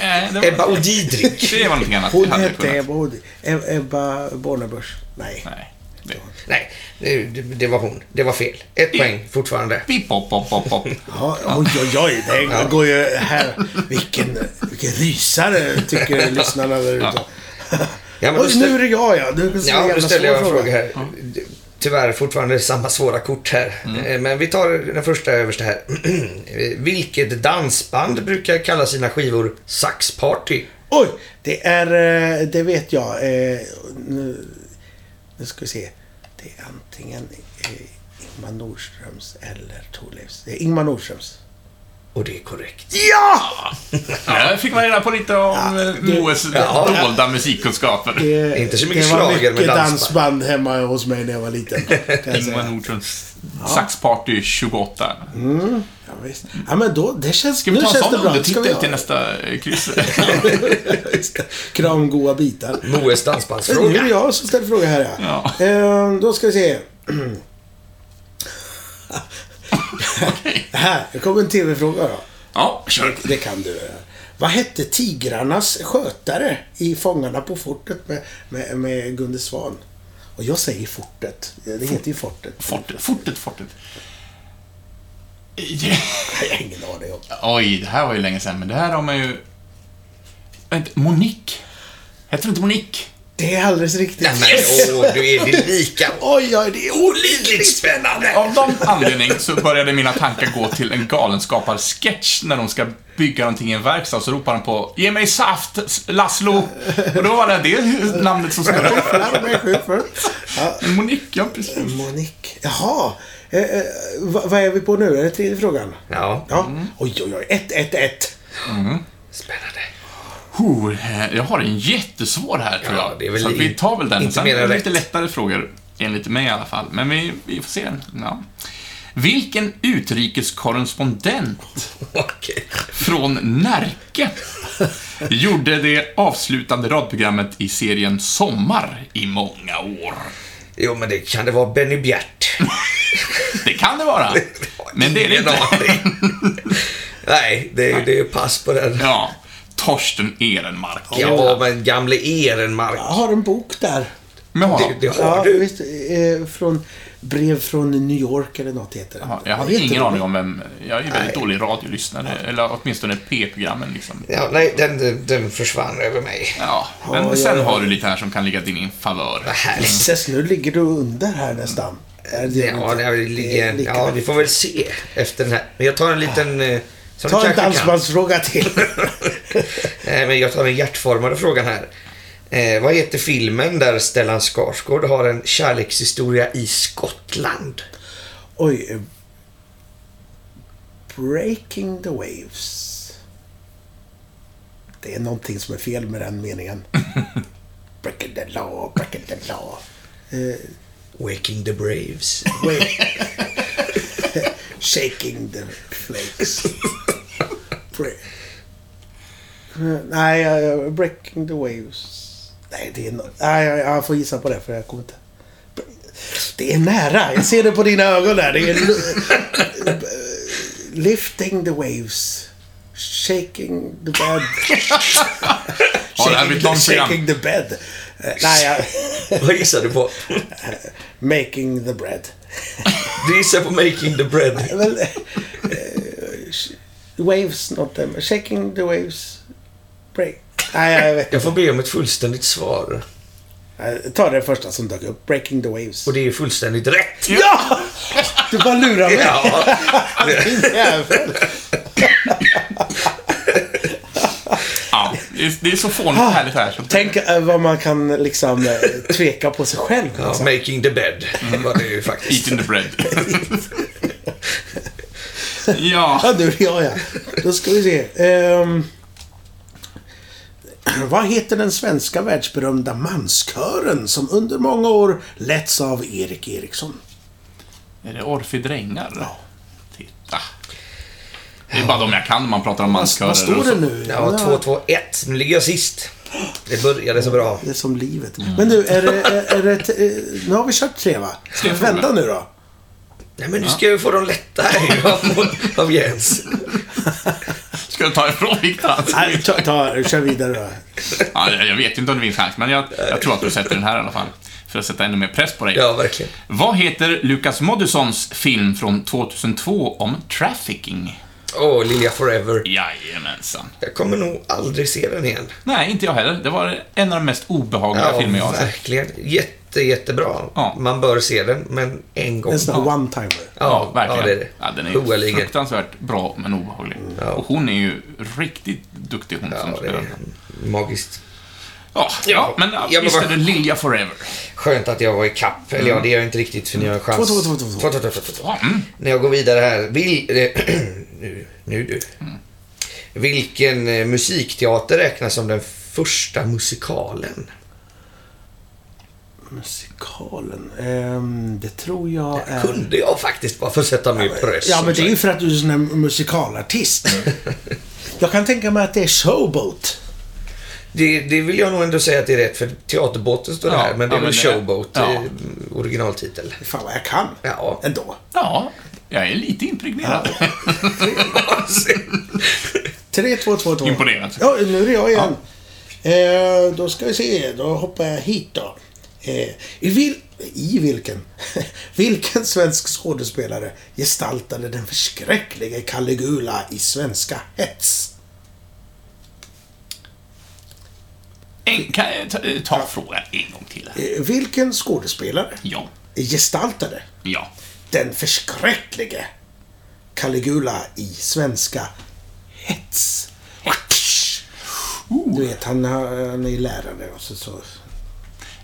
Nej, eh, det var-
Ebba och Didrik.
Det var någonting annat.
Hon
Det hade jag
hette
kunnat.
Ebba, Hod- Eb- Ebba Bornebusch. Nej.
Nej. det-
Nej, det, det var hon. Det var fel. Ett poäng fortfarande.
Pip, pop, pop, pop, pop.
Ja, oj, oj, oj. Det går ju här. Vilken, vilken rysare tycker lyssnarna där ute.
Ja, men då
Oj, nu är
ställ,
det jag ja. Du kan
ja, då ställer jag en fråga
här.
här. Tyvärr fortfarande samma svåra kort här. Eh, Men vi tar den första översta här. Eh, Vilket dansband brukar kalla sina skivor saxparty?
Oj, det är, eh, det vet jag. Eh, Nu, nu ska vi se. Det är antingen eh, Ingmar Nordströms eller Thorleifs. Det är Ingmar Nordströms.
Och det är korrekt.
Ja!
Ja, jag fick man reda på lite om eh, Moes
ja.
dolda musikkunskaper.
Det,
Inte så mycket
det var
schlager,
mycket
men dansband.
dansband hemma hos mig när jag var liten. kan jag säga.
Ingmar Nordströms Saxparty 28.
Ja, visst. ja men då, det känns,
Ska vi
nu
ta en
känns det
sån
bra.
undertitel
göra-
till nästa eh, kryss?
Kram goa bitar.
Moes
Nu är det
dansbandsfråga.
jag som ställer fråga här ja. Ehm, då ska vi se. här, det kommer en TV-fråga då.
Ja, kör.
Det kan du. Vad hette tigrarnas skötare i Fångarna på fortet med, med, med Gunde Svan? Och jag säger fortet. Det heter ju fortet.
Fortet, fortet, fortet.
Nej, Jag har ingen aning om.
Oj, det här var ju länge sedan, men det här har man ju... Vänta, Monique? Hette det inte Monique?
Det är alldeles riktigt.
Nej, men åh, du är det lika
Oj, oj, det är
olidligt spännande.
Av någon anledning så började mina tankar gå till en galenskapar-sketch när de ska bygga någonting i en verkstad, så ropar han på ”Ge mig saft, Laszlo!” Och då var det det namnet som skulle upp.
olyckligt.
Monique, ja precis.
Monique. Jaha. Eh, eh, va- vad är vi på nu? Är det tredje frågan?
Ja,
Ja. Oj, oj, oj. Ett, ett, ett.
spännande.
Oh, eh, jag har en jättesvår här tror
Ja,
jag.
det är väl
så att vi tar väl den.
inte
Sen
mer
är det
rätt.
lite lättare frågor, enligt mig i alla fall. Men vi, vi får se. Ja. Vilken utrikeskorrespondent
Okej.
från Närke gjorde det avslutande radprogrammet i serien Sommar i många år?
Jo, men det kan det vara Benny Bjärt.
Det kan det vara, men det är det
Ingen
inte.
aning. Nej, det är, det är pass på den. Ja,
Ja, Torsten Ehrenmark.
men gamle Ehrenmark.
Jag har en bok där.
Med honom.
Det, det har
Ja,
du.
visst. Eh, från brev från New York eller något heter den.
Ja, Jag hade
Jätteroligt.
ingen aning om vem... Jag är ju väldigt dålig radiolyssnare, eller åtminstone P-programmen liksom.
Ja, nej, den, den försvann över mig.
Ja, men
Ja,
sen
ja, ja.
har du lite här som kan ligga till din favör.
Härligt.
Ses, nu ligger du under här nästan. Är det
Ja,
inte?
det ligger,
Det är lika- Ah.
ja, vi får väl se efter den här. Men jag tar en liten... eh, Som
Ta
du
en
kanske kan.
dansbandsfråga till.
Nej, men jag tar den hjärtformade frågan här. Eh, vad heter filmen där Stellan Skarsgård har en kärlekshistoria i Skottland?
Oj. eh, Breaking the waves. Det är någonting som är fel med den meningen. breaking the law, breaking the law. Eh,
Waking the Braves.
wait. Shaking the flakes. Bre- Eh, Nej, eh, breaking the waves. Nej, det är no- Nej, jag, jag får gissa på det för jag kommer inte... Det är nära. Jag ser det på dina ögon där. Det är... Lifting the waves. Shaking the bed.
Ja, det här blir ett långt
shaking
program.
the bed. Eh, Nej, jag...
vad gissar du på?
Making the bread.
Du gissar på Making the Bread.
Well, uh, sh- waves, not them. Shaking the waves. Break. Nej, jag vet
Jag får be om ett fullständigt svar.
inte. Ta det första som dök upp. Breaking the waves.
Och det är ju fullständigt rätt.
Ja! Du bara lurar mig.
Ja,
Din jävel.
Ja, det är- det är så fånigt och härligt här. Så
Tänk eh, vad man kan liksom eh, tveka på sig själv.
ja,
Liksom.
making the bed var det ju faktiskt.
Mm. Eating the bread. Ja,
Ja, nu är det jag ja. Då ska vi se. Ehm, vad heter den svenska världsberömda manskören som under många år letts av Erik Eriksson?
är det Orfi Drängar? Titta. Det är bara de jag kan när man pratar om manskörer.
Vad står
och så.
det nu?
Ja, 2-2-1. Nu ligger jag sist. Det började så bra.
Det är som livet. Men du, är det, är, är det, ett, eh, nu har vi kört tre va? Ska vi vända nu då?
Nej, men nu ska jag ju få dem lätta här ju av- av Jens.
Ska du ta ifrån Viktor?
Nej, ta, ta, kör vidare då.
Ja, jag jag vet ju inte om det är min chans, men jag, jag tror att du sätter den här i alla fall. För att sätta ännu mer press på dig.
Ja, verkligen.
Vad heter Lukas Moodyssons film från 2002 om trafficking?
Åh, Lilja Forever.
Jajamensan.
Jag kommer nog aldrig se den igen.
Nej, inte jag heller. Det var en av de mest obehagliga filmer jag har sett.
verkligen. Jätte, jättebra.
Ja.
Man bör se den, men en gång.
En sån här one-timer.
Ja, verkligen.
Ja, det är det.
Ja, den är ju
Oerligen.
fruktansvärt bra, men obehaglig. Och hon är ju riktigt duktig, hon som
Ja, det
spelar
är
den.
magiskt.
Ja, ja, men ja,
Ja, men
visst
vad-
är det Lilja Forever.
Skönt att jag var i kapp. Eller ja, det är jag inte riktigt för ni har en chans.
Mm. Två, två, två, två, två.
Två, två, två, två, två.
Ja, mm.
När jag går vidare här. Vil... nu, nu du.
Mm.
Vilken eh, musikteater räknas som den första musikalen?
Musikalen. ehm, det tror jag är...
Kunde jag faktiskt bara få sätta mig i press.
Eh. Ja, men det är ju för att du är en sån här musikalartist. Jag kan tänka mig att det är Showboat.
Det, det vill jag nog ändå säga att det är rätt, för teaterbåten står
Ja,
där, men det är
ja,
väl
men det-
showboat,
ja.
eh, originaltitel.
Fan vad jag kan.
Ja.
Ändå.
ja jag är lite impregnerad.
Tre, två, två, två.
Imponerad.
Ja, nu är det jag igen. Eh, då ska vi se, då hoppar jag hit då. Eh, i, vil- I vilken? vilken svensk skådespelare gestaltade den förskräcklige Caligula i Svenska Hets?
Vil, kan jag ta, eh, ta frågan en gång till? här?
Eh, Vilken skådespelare
Ja.
gestaltade
Ja.
den förskräcklige Caligula i svenska Hets? Du vet, han, har- han är lärare och så, så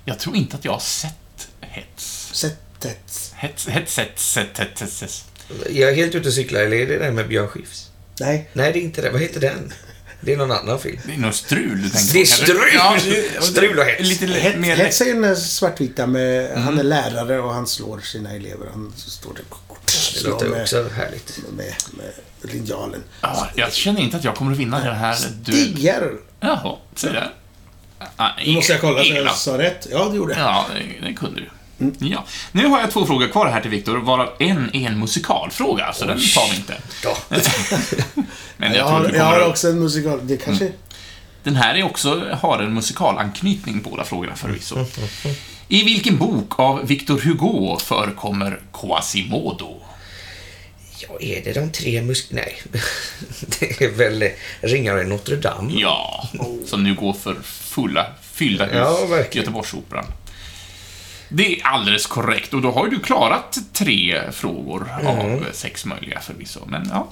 Jag tror inte att jag har sett hets.
sättet...
Hets, hets, hets, hets, hets, hets, hets.
Jag är helt ute och cyklar. Eller är det den med Björn Skifs?
Nej.
Nej, det är inte den. Vad heter den? Det är någon annan film.
Det är nog strul du tänker på,
Det är
kanske?
strul!
Ja, det-
Strul och hets.
Lite le-
Hets,
mer
hets är ju den där svartvita med... Han är lärare och han slår sina elever. Han står där och
Det
slår
låter
med,
också härligt.
med, med linjalen.
Ja, jag känner inte att jag kommer att vinna den här duellen.
Diggar!
Jaha, se där. Ah,
Nu måste jag kolla så
elak.
jag sa rätt. Ja, det gjorde jag.
Ja, det- det kunde du. Ja. Nu har jag två frågor kvar här till Viktor, varav en är en musikalfråga, så den tar vi inte.
Ja.
Men
Jag
jag tror
har,
att vi
jag har
kommer...
också en musikal. Det kanske...
Den här är också, har en musikalanknytning, båda frågorna förvisso. I vilken bok av Victor Hugo förekommer Quasimodo?
ja, är det de tre mus... Nej. Det är väl eh, Ringaren i Notre Dame.
Ja, som nu går för fulla, fyllda hus
Ja, verkligen.
i Göteborgsoperan. Det är alldeles korrekt och då har ju du klarat tre frågor
Mm.
av sex möjliga förvisso. Men ja,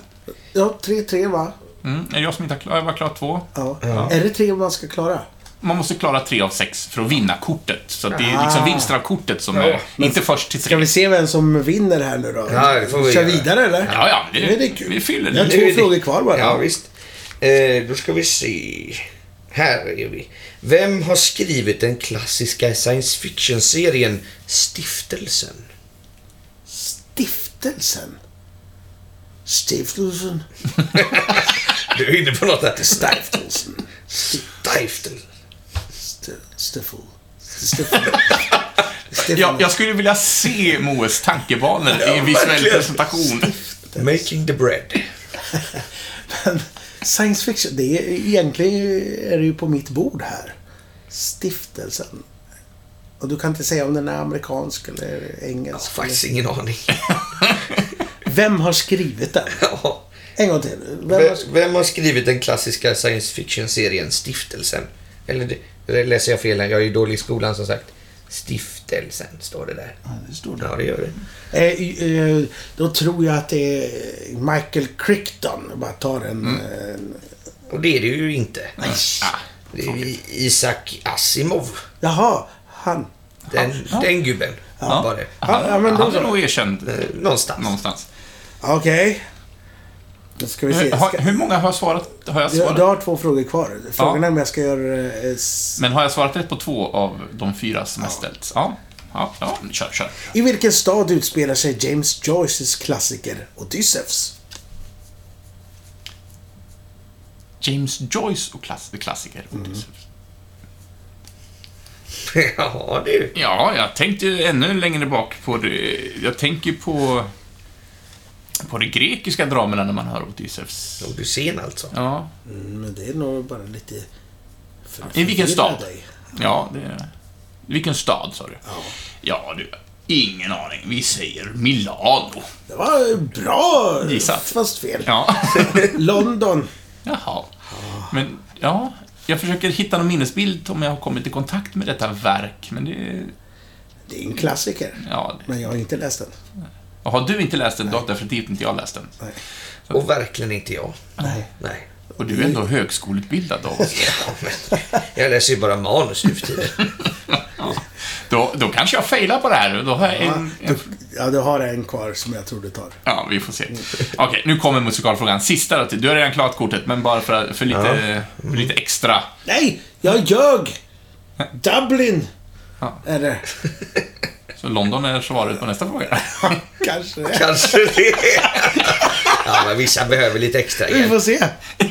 Ja, 3-3 va?
mm, är det jag som inte har klarat, jag var klar två.
Ja. Är det tre man ska klara?
Man måste klara tre av sex för att vinna kortet. Så att det är liksom vinsten av kortet som är, inte först till
Ska
tre.
vi se vem som vinner här nu då?
Ja, det får vi
Kör
göra.
vidare eller?
Ja, ja, det-
Nu är det kul.
vi fyller
Jag har
det.
två
Nu är det-
frågor kvar bara.
Ja, visst. Eh, då ska vi se. Här är vi. Vem har skrivit den klassiska science fiction-serien Stiftelsen?
Stiftelsen. Stiftelsen.
Du är inne på något där.
Stiftelsen.
Stiftelsen.
St- Stiffel. Stiffel. Stiffel.
Jag, jag skulle vilja se Moes tankebanor i en visuell
verkligen.
presentation.
Making the bread.
Science fiction. Det är, egentligen är det ju på mitt bord här. Stiftelsen. Och du kan inte säga om den är amerikansk eller engelsk.
Faktiskt ingen aning.
Vem har skrivit den?
Ja.
En gång till. Vem har
Vem,
skrivit
vem har skrivit den klassiska science fiction-serien Stiftelsen? Eller det- det läser jag fel här? Jag är ju dålig i skolan som sagt. Stiftelsen står det där.
det står det.
Ja, det gör det.
Eh, eh, då tror jag att det är Michael Crichton. Jag bara tar en...
Mm.
eh, en
Och det är det ju inte.
Ah,
Det är ju Isak Asimov.
jaha, han.
Den, den gubben
ja.
var det.
Han,
ja, men då
han är
så.
nog erkänd eh,
Eh, Någonstans.
någonstans.
Okej. Då ska vi se.
Hur,
Ska,
har, hur många har jag svarat? Har jag
du,
svarat?
du har två frågor kvar. Frågan är om jag ska göra... Eh, s-
Men har jag svarat rätt på två av de fyra som har ställts? Ja. Ja, ja, men kör, kör.
I vilken stad utspelar sig James Joyces klassiker Odysseus?
James Joyce och klass, klassiker.
Mm.
ja, du.
Ja, jag tänkte ju ännu längre bak på det. Jag tänker på... På de grekiska dramerna när man hör Odysseus.
Odysséen alltså.
Ja,
Mm, Men det är nog bara lite... för-
I
förvirrar
vilken stad?
dig.
ja det... Vilken stad sa du? Ja. Ja, du. Ingen aning. Vi säger Milano.
Det var bra!
Gissat.
Fast fel.
Ja.
London.
Jaha. Men, ja. Jag försöker hitta någon minnesbild om jag har kommit i kontakt med detta verk, men det...
Det är en klassiker.
Ja, det-
Men jag har inte läst den.
Och har du inte läst den, då har definitivt inte jag läst den.
Nej.
Och verkligen inte jag.
Nej.
Nej.
Och du är ändå högskoleutbildad av oss.
Ja, men jag läser ju bara manus nu för tiden.
Då, då kanske jag failar på det här. Då har jag en, en,
Ja, du har en kvar som jag tror du tar.
ja, vi får se. Okej, nu kommer musikalfrågan. Sista då. till- Du har redan klarat kortet, men bara för, för, lite, för lite extra.
Nej, jag ljög! Dublin!
Ja.
Är det?
Så London är svaret på nästa fråga.
Kanske det.
Kanske det. Ja, men vissa behöver lite extra
Vi
hjälp.
får se.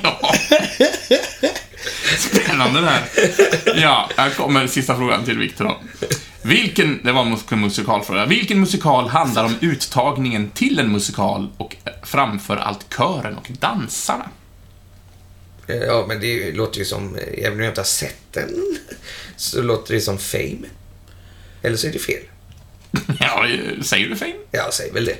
Ja. Spännande det här. Ja, här kommer sista frågan till Viktor då. Vilken, det var en mus- musikalfråga. Vilken musikal handlar om uttagningen till en musikal och framför allt kören och dansarna?
Eh, Ja, men det låter ju som, eh, även om jag inte har sett den, så låter det som Fame. Eller så är det fel.
Ja, säger du Fame?
Ja, säg väl det.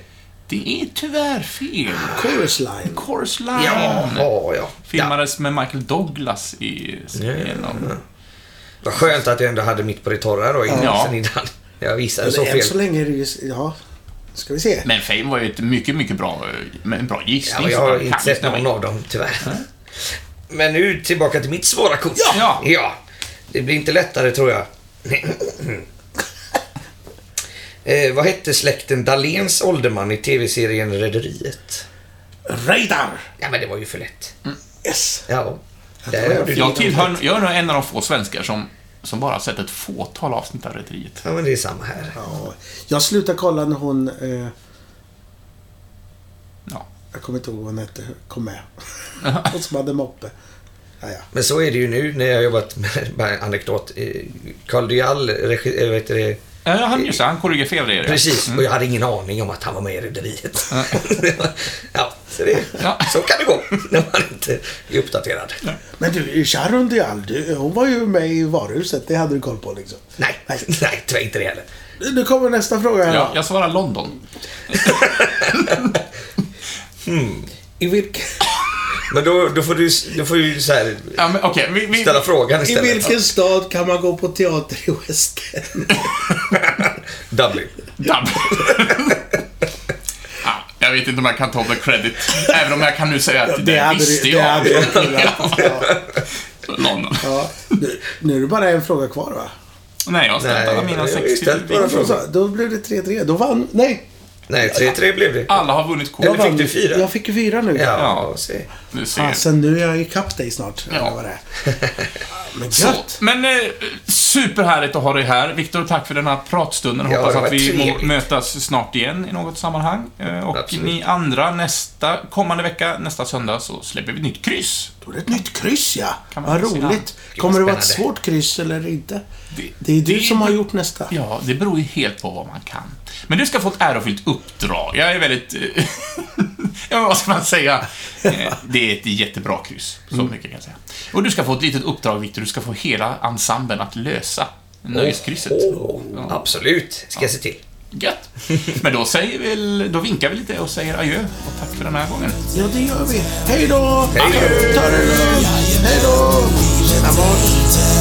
Det är tyvärr fel.
Chorus line.
Chorus Line
Ja, ja. ja.
filmades med Michael Douglas i
Ja, ja,
serien.
ja. Vad skönt att jag ändå hade mitt på det torra då innan.
Ja.
Sen innan. Jag gissade så
Eller än så
fel.
länge är det ju... Ja. Ska vi se.
Men Fame var ju ett mycket, mycket bra, men en bra
Ja,
gissning.
men jag
så man
har
kan
inte sett
snabba
någon
in.
av dem, tyvärr. Men nu tillbaka till mitt svåra kort.
Ja.
ja. Det blir inte lättare, tror jag. eh, vad hette släkten Dahléns ålderman i tv-serien Rederiet?
Radar!
Ja, men det var ju för lätt.
Yes.
Ja.
det
Där
var
har du
Jag
det.
tillhör, jag är nog en av de få svenskar som, som bara har sett ett fåtal avsnitt av Rederiet.
Ja, men det är samma här.
Ja. Jag slutade kolla när hon... Eh,
Ja.
jag kommer inte ihåg vad hon hette. Kom med. hon som hade moppe. Ja, ja.
Men så är det ju nu när jag har jobbat med, bara en anekdot, eh, Carl De Gaulle, regi, eh, vad heter det,
Eh, Han, just det, han koreograferade det. ja.
Precis,
Mm.
och jag hade ingen aning om att han var med i Rederiet. ja, så, det,
Ja.
så kan det gå när man inte är uppdaterad.
Men du, Sharon Dial, du, hon var ju med i varuhuset. Det hade du koll på liksom.
Nej, nej, tyvärr inte det heller.
Nu kommer nästa fråga här
Ja,
då.
jag svarar London.
I vilken... Men då, då får du, då får du så här,
Ja, men okej. vi, vi,
ställa frågan
I
istället.
vilken stad kan man gå på teater i West End?
Dublin.
Dubb. ja, jag vet inte om jag kan ta the credit. Även om jag kan nu säga att det,
hade du-
visste
det
jag.
hade du kunnat. Ja.
London.
Ja. Nu, nu är det bara en fråga kvar va?
Nej, jag har ställt
Nej,
alla mina
jag har ju
60.
ställt bara
Då, så, då blev det 3-3. Då vann... Nej!
Nej, 3-3 blev det.
Alla har vunnit kort.
Eller
vann
fick du fyra?
Jag fick ju fyra nu.
Ja, se.
Nu ser
Ah,
jag.
Fasen, nu är jag ikapp dig snart.
Ja.
Ja. Vad det är. Men
Så,
gött!
men eh, superhärligt att ha dig här. Viktor, tack för den här pratstunden.
Ja, det
Hoppas
var
att vi må
trevligt.
mötas snart igen i något sammanhang. Eh, Och
Absolut.
ni andra, nästa kommande vecka, nästa söndag, så släpper vi ett nytt kryss.
Då är det ett nytt kryss ja!
Kan
Vad
man få se
roligt!
Gud,
Kommer det vara ett
spännande.
svårt kryss eller inte?
Det-
Det är du
det-
som har gjort nästa.
Ja, det beror ju helt på vad man kan. Men du ska få ett ärofyllt uppdrag. Jag är väldigt... eh, ja, men vad ska man säga? Eh, Det är ett jättebra kryss. Så
Mm.
mycket kan jag säga. Och du ska få ett litet uppdrag, Viktor. Du ska få hela ensemblen att lösa nöjeskrysset.
Åh, Absolut, ska jag se till.
Gött! Men då, säger vi, då vinkar vi lite och säger adjö och tack för den här gången.
Ja, det gör vi. Hej då!
Hej då!
Ta det lugnt! Hej då! Tjena barn!